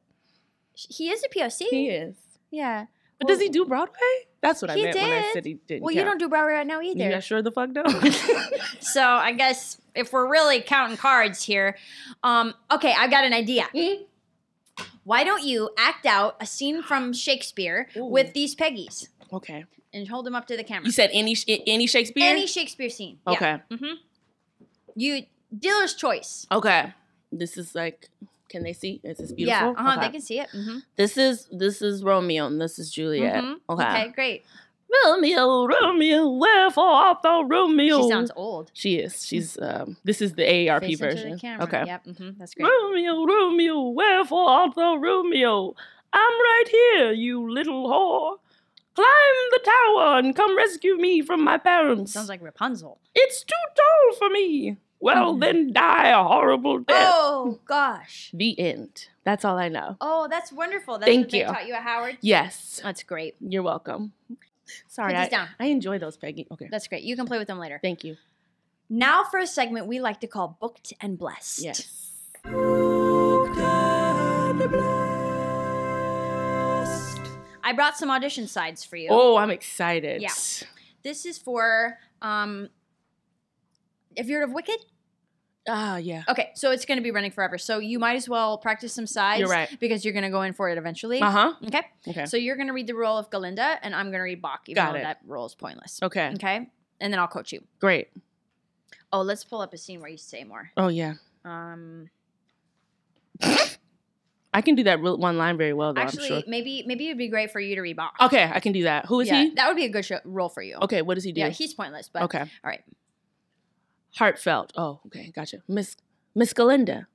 Speaker 3: He is a POC.
Speaker 4: He is.
Speaker 3: Yeah.
Speaker 4: But
Speaker 3: Well-
Speaker 4: does he do Broadway? That's what I
Speaker 3: He
Speaker 4: meant when I
Speaker 3: did.
Speaker 4: said he didn't.
Speaker 3: Well, you don't
Speaker 4: count.
Speaker 3: do Broadway right now either.
Speaker 4: Yeah, sure the
Speaker 3: [laughs]
Speaker 4: fuck don't. [laughs]
Speaker 3: So I guess if we're really counting cards here, um, okay, I've got an idea.
Speaker 4: Hmm?
Speaker 3: Why don't you act out a scene from Shakespeare with these Peggies
Speaker 4: okay.
Speaker 3: and hold them up to the camera?
Speaker 4: You said any sh- any Shakespeare?
Speaker 3: Any Shakespeare scene. yeah.
Speaker 4: Okay.
Speaker 3: You dealer's choice.
Speaker 4: Okay. This is like, can they see? Is this
Speaker 3: Yeah.
Speaker 4: beautiful?
Speaker 3: Uh-huh,
Speaker 4: Okay.
Speaker 3: They can see it. hmm
Speaker 4: This is this is Romeo and this is Juliet.
Speaker 3: Mhm.
Speaker 4: Okay.
Speaker 3: Okay. Great.
Speaker 4: Romeo, Romeo, wherefore art thou Romeo?
Speaker 3: She sounds old.
Speaker 4: She is. She's. Um. This is the AARP
Speaker 3: Face into the
Speaker 4: version.
Speaker 3: camera.
Speaker 4: Okay.
Speaker 3: Yep. hmm That's great.
Speaker 4: Romeo, Romeo, wherefore art thou Romeo? I'm right here, you little whore. Climb the tower and come rescue me from my parents.
Speaker 3: Sounds like Rapunzel.
Speaker 4: It's too tall for me. Well, then die a horrible death.
Speaker 3: Mm.
Speaker 4: [laughs]
Speaker 3: Oh gosh.
Speaker 4: The end. That's all I know.
Speaker 3: Oh, that's wonderful. That's
Speaker 4: Thank
Speaker 3: what they
Speaker 4: you.
Speaker 3: taught you at Howard.
Speaker 4: Yes.
Speaker 3: That's great.
Speaker 4: You're welcome. Sorry,
Speaker 3: Put these
Speaker 4: I,
Speaker 3: down.
Speaker 4: I enjoy those, Peggy. Okay.
Speaker 3: That's great. You can play with them later.
Speaker 4: Thank you.
Speaker 3: Now for a segment we like to call Booked and Blessed.
Speaker 4: Yes.
Speaker 3: I brought some audition sides for you.
Speaker 4: Oh, I'm excited.
Speaker 3: Yeah. This is for um have you heard of Wicked?
Speaker 4: Ah, yeah.
Speaker 3: Okay, so it's going to be running forever. So you might as well practice some sides
Speaker 4: You're right.
Speaker 3: because you're going to go in for it eventually.
Speaker 4: Uh huh.
Speaker 3: Okay?
Speaker 4: Okay.
Speaker 3: So you're going to read the role of Galinda and I'm going to read Bach even
Speaker 4: Got
Speaker 3: though
Speaker 4: it.
Speaker 3: that role is pointless.
Speaker 4: Okay.
Speaker 3: Okay? And then I'll coach you.
Speaker 4: Great.
Speaker 3: Oh, let's pull up a scene where you say more.
Speaker 4: Oh yeah.
Speaker 3: Um
Speaker 4: I can do that real, one line very well though.
Speaker 3: actually
Speaker 4: I'm sure.
Speaker 3: maybe maybe it'd be great for you to read Bach.
Speaker 4: Okay, I can do that. Who is
Speaker 3: Yeah,
Speaker 4: he?
Speaker 3: That would be a good show, role for you.
Speaker 4: Okay, what does he do?
Speaker 3: Yeah, he's pointless, but
Speaker 4: okay.
Speaker 3: all right.
Speaker 4: Heartfelt. Oh, okay, gotcha. Miss Miss Galinda.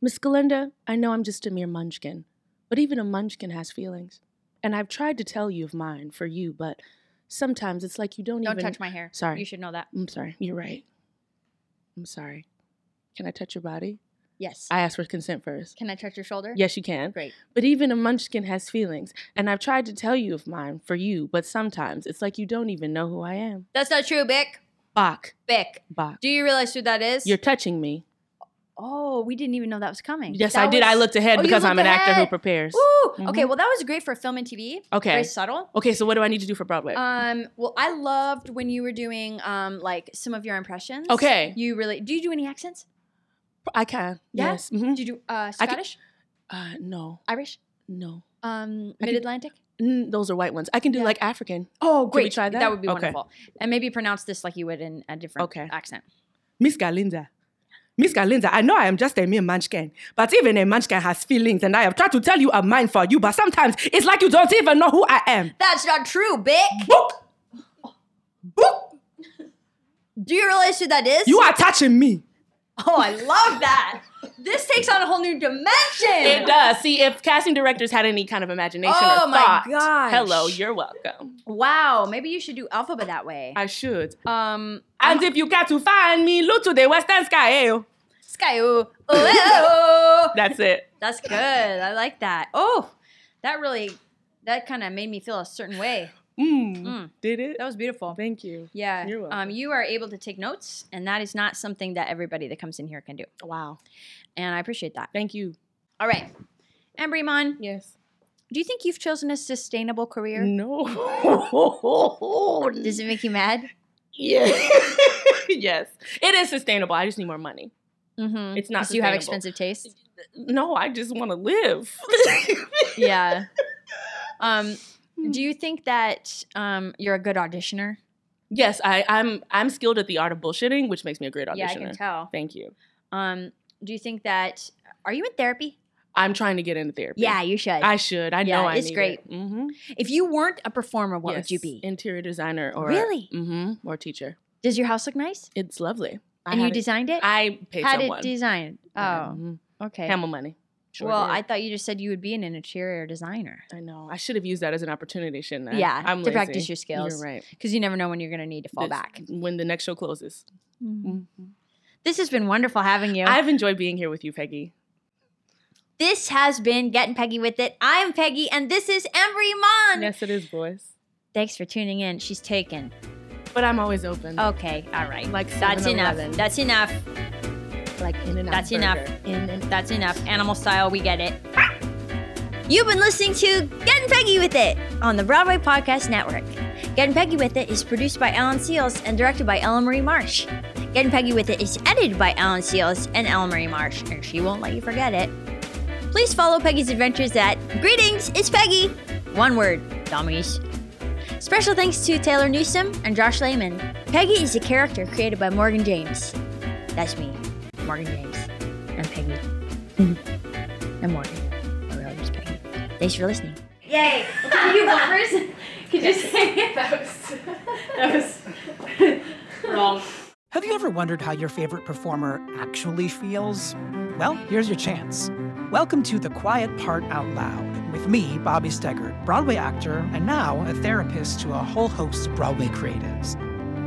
Speaker 4: Miss Galinda, I know I'm just a mere munchkin, but even a munchkin has feelings. And I've tried to tell you of mine for you, but sometimes it's like you don't,
Speaker 3: Don't
Speaker 4: even
Speaker 3: touch my hair.
Speaker 4: Sorry.
Speaker 3: You should know that.
Speaker 4: I'm sorry. You're right. I'm sorry. Can I touch your body?
Speaker 3: Yes.
Speaker 4: I asked for consent first.
Speaker 3: Can I touch your shoulder?
Speaker 4: Yes, you can.
Speaker 3: Great.
Speaker 4: But even a munchkin has feelings, and I've tried to tell you of mine for you, but sometimes it's like you don't even know who I am.
Speaker 3: That's not true, Bick.
Speaker 4: Bach,
Speaker 3: Bick.
Speaker 4: Bach,
Speaker 3: Do you realize who that is?
Speaker 4: you're touching me.
Speaker 3: oh, we didn't even know that was coming.
Speaker 4: Yes,
Speaker 3: That
Speaker 4: I did. I
Speaker 3: was-
Speaker 4: looked ahead
Speaker 3: Oh, you
Speaker 4: because I'm an
Speaker 3: looked
Speaker 4: actor who
Speaker 3: ahead.
Speaker 4: prepares.
Speaker 3: Ooh. Okay.
Speaker 4: Mhm.
Speaker 3: Well, that was great for film and TV.
Speaker 4: Okay.
Speaker 3: Very subtle.
Speaker 4: Okay, so what do I need to do for Broadway?
Speaker 3: Um. Well, I loved when you were doing um like some of your impressions.
Speaker 4: Okay.
Speaker 3: You really do you do any accents?
Speaker 4: I can.
Speaker 3: yeah?
Speaker 4: Yes. hmm
Speaker 3: Do you do uh
Speaker 4: I can-
Speaker 3: Scottish,
Speaker 4: Uh, no,
Speaker 3: Irish,
Speaker 4: no.
Speaker 3: um
Speaker 4: I can-
Speaker 3: Mid Atlantic?
Speaker 4: Mm, those are white ones. I can do
Speaker 3: Yeah.
Speaker 4: like African.
Speaker 3: Oh,
Speaker 4: great. try that?
Speaker 3: would be
Speaker 4: Okay.
Speaker 3: wonderful. And maybe pronounce this like you would in a different
Speaker 4: Okay.
Speaker 3: accent.
Speaker 8: Miss Galinda. Miss Galinda, I know I am just a mere munchkin, but even a munchkin has feelings, and I have tried to tell you I'm mine for you, but sometimes it's like you don't even know who I am.
Speaker 3: That's not true, Bick.
Speaker 8: Boop! Boop!
Speaker 3: Do you realize who that is?
Speaker 8: You are touching me.
Speaker 3: [laughs] Oh, I love that. this takes on a whole new dimension.
Speaker 4: It does. See, if casting directors had any kind of imagination
Speaker 3: Oh
Speaker 4: or
Speaker 3: my
Speaker 4: thought.
Speaker 3: gosh.
Speaker 4: Hello, you're welcome.
Speaker 3: Wow, maybe you should do alphabet that way.
Speaker 4: I should.
Speaker 3: Um,
Speaker 8: And if you care to find me, look to the western sky. eh, oh.
Speaker 3: sky. Oh, oh, oh.
Speaker 4: That's it.
Speaker 3: That's good. I like that. Oh, that really, that kind of made me feel a certain way.
Speaker 4: Mm,
Speaker 3: Mm.
Speaker 4: Did it?
Speaker 3: That was beautiful.
Speaker 4: Thank you.
Speaker 3: Yeah.
Speaker 4: You're welcome.
Speaker 3: Um, you are able to take notes, and that is not something that everybody that comes in here can do.
Speaker 4: Wow.
Speaker 3: And I appreciate that.
Speaker 4: Thank you.
Speaker 3: All right. Embryman,
Speaker 4: Yes.
Speaker 3: do you think you've chosen a sustainable career?
Speaker 4: [laughs] No.
Speaker 3: Does it make you mad?
Speaker 4: yeah. [laughs] yes. It is sustainable. I just need more money.
Speaker 3: Mm-hmm.
Speaker 4: It's not
Speaker 3: Do you have
Speaker 4: sustainable.
Speaker 3: expensive taste?
Speaker 4: No, I just want to
Speaker 3: [laughs]
Speaker 4: live. [laughs]
Speaker 3: yeah. Um, do you think that um, you're a good auditioner?
Speaker 4: yes, I, I'm I'm skilled at the art of bullshitting, which makes me a great auditioner.
Speaker 3: Yeah, I can tell.
Speaker 4: Thank you.
Speaker 3: Um, do you think that are you in therapy?
Speaker 4: I'm trying to get into therapy.
Speaker 3: Yeah, you should.
Speaker 4: I should. I
Speaker 3: Yeah,
Speaker 4: know I
Speaker 3: it's
Speaker 4: need
Speaker 3: great.
Speaker 4: It. Mm-hmm.
Speaker 3: if you weren't a performer, what would you be?
Speaker 4: Interior designer or
Speaker 3: Really?
Speaker 4: Mm-hmm. Or teacher.
Speaker 3: Does your house look nice?
Speaker 4: It's lovely. I
Speaker 3: and you
Speaker 4: had it-
Speaker 3: designed it?
Speaker 4: I paid
Speaker 3: How
Speaker 4: someone.
Speaker 3: did design? it?
Speaker 4: Yeah,
Speaker 3: Oh,
Speaker 4: mhm.
Speaker 3: okay.
Speaker 4: Hamel money. Sure
Speaker 3: well,
Speaker 4: did.
Speaker 3: I thought you just said you would be an interior designer
Speaker 4: I know. I should have used that as an opportunity, shouldn't I?
Speaker 3: Yeah,
Speaker 4: I'm
Speaker 3: to practice
Speaker 4: lazy.
Speaker 3: your skills.
Speaker 4: You're right.
Speaker 3: because you never know when you're going to need to fall
Speaker 4: That's
Speaker 3: back.
Speaker 4: when the next show closes.
Speaker 3: Mm-hmm. This has been wonderful having you.
Speaker 4: I've enjoyed being here with you, Peggy.
Speaker 3: this has been Getting Peggy with It. I'm Peggy, and this is Embry Mon.
Speaker 4: Yes, it is, boys.
Speaker 3: Thanks for tuning in. She's taken.
Speaker 4: But I'm always open.
Speaker 3: Okay, all right.
Speaker 4: Like
Speaker 3: that's enough.
Speaker 4: 7-Eleven.
Speaker 3: That's enough.
Speaker 4: like in and out.
Speaker 3: That's enough.
Speaker 4: burger.
Speaker 3: That's enough. Animal style, we get it. You've been listening to Getting Peggy with It on the Broadway Podcast Network. Getting Peggy with It is produced by Alan Seals and directed by Ellen Marie Marsh. Getting Peggy with It is edited by Alan Seals and Ellen Marie Marsh, and she won't let you forget it. Please follow Peggy's adventures at Greetings, it's Peggy! One word, dummies. Special thanks to Taylor Newsom and Josh Lehman. Peggy is a character created by Morgan James. That's me, Morgan James. I'm Peggy. I'm Morgan. I really Oh, just Peggy. Thanks for listening.
Speaker 7: Have you ever wondered how your favorite performer actually feels? Well, here's your chance. Welcome to The Quiet Part Out Loud with me, Bobby Steggert, Broadway actor and now a therapist to a whole host of Broadway creatives.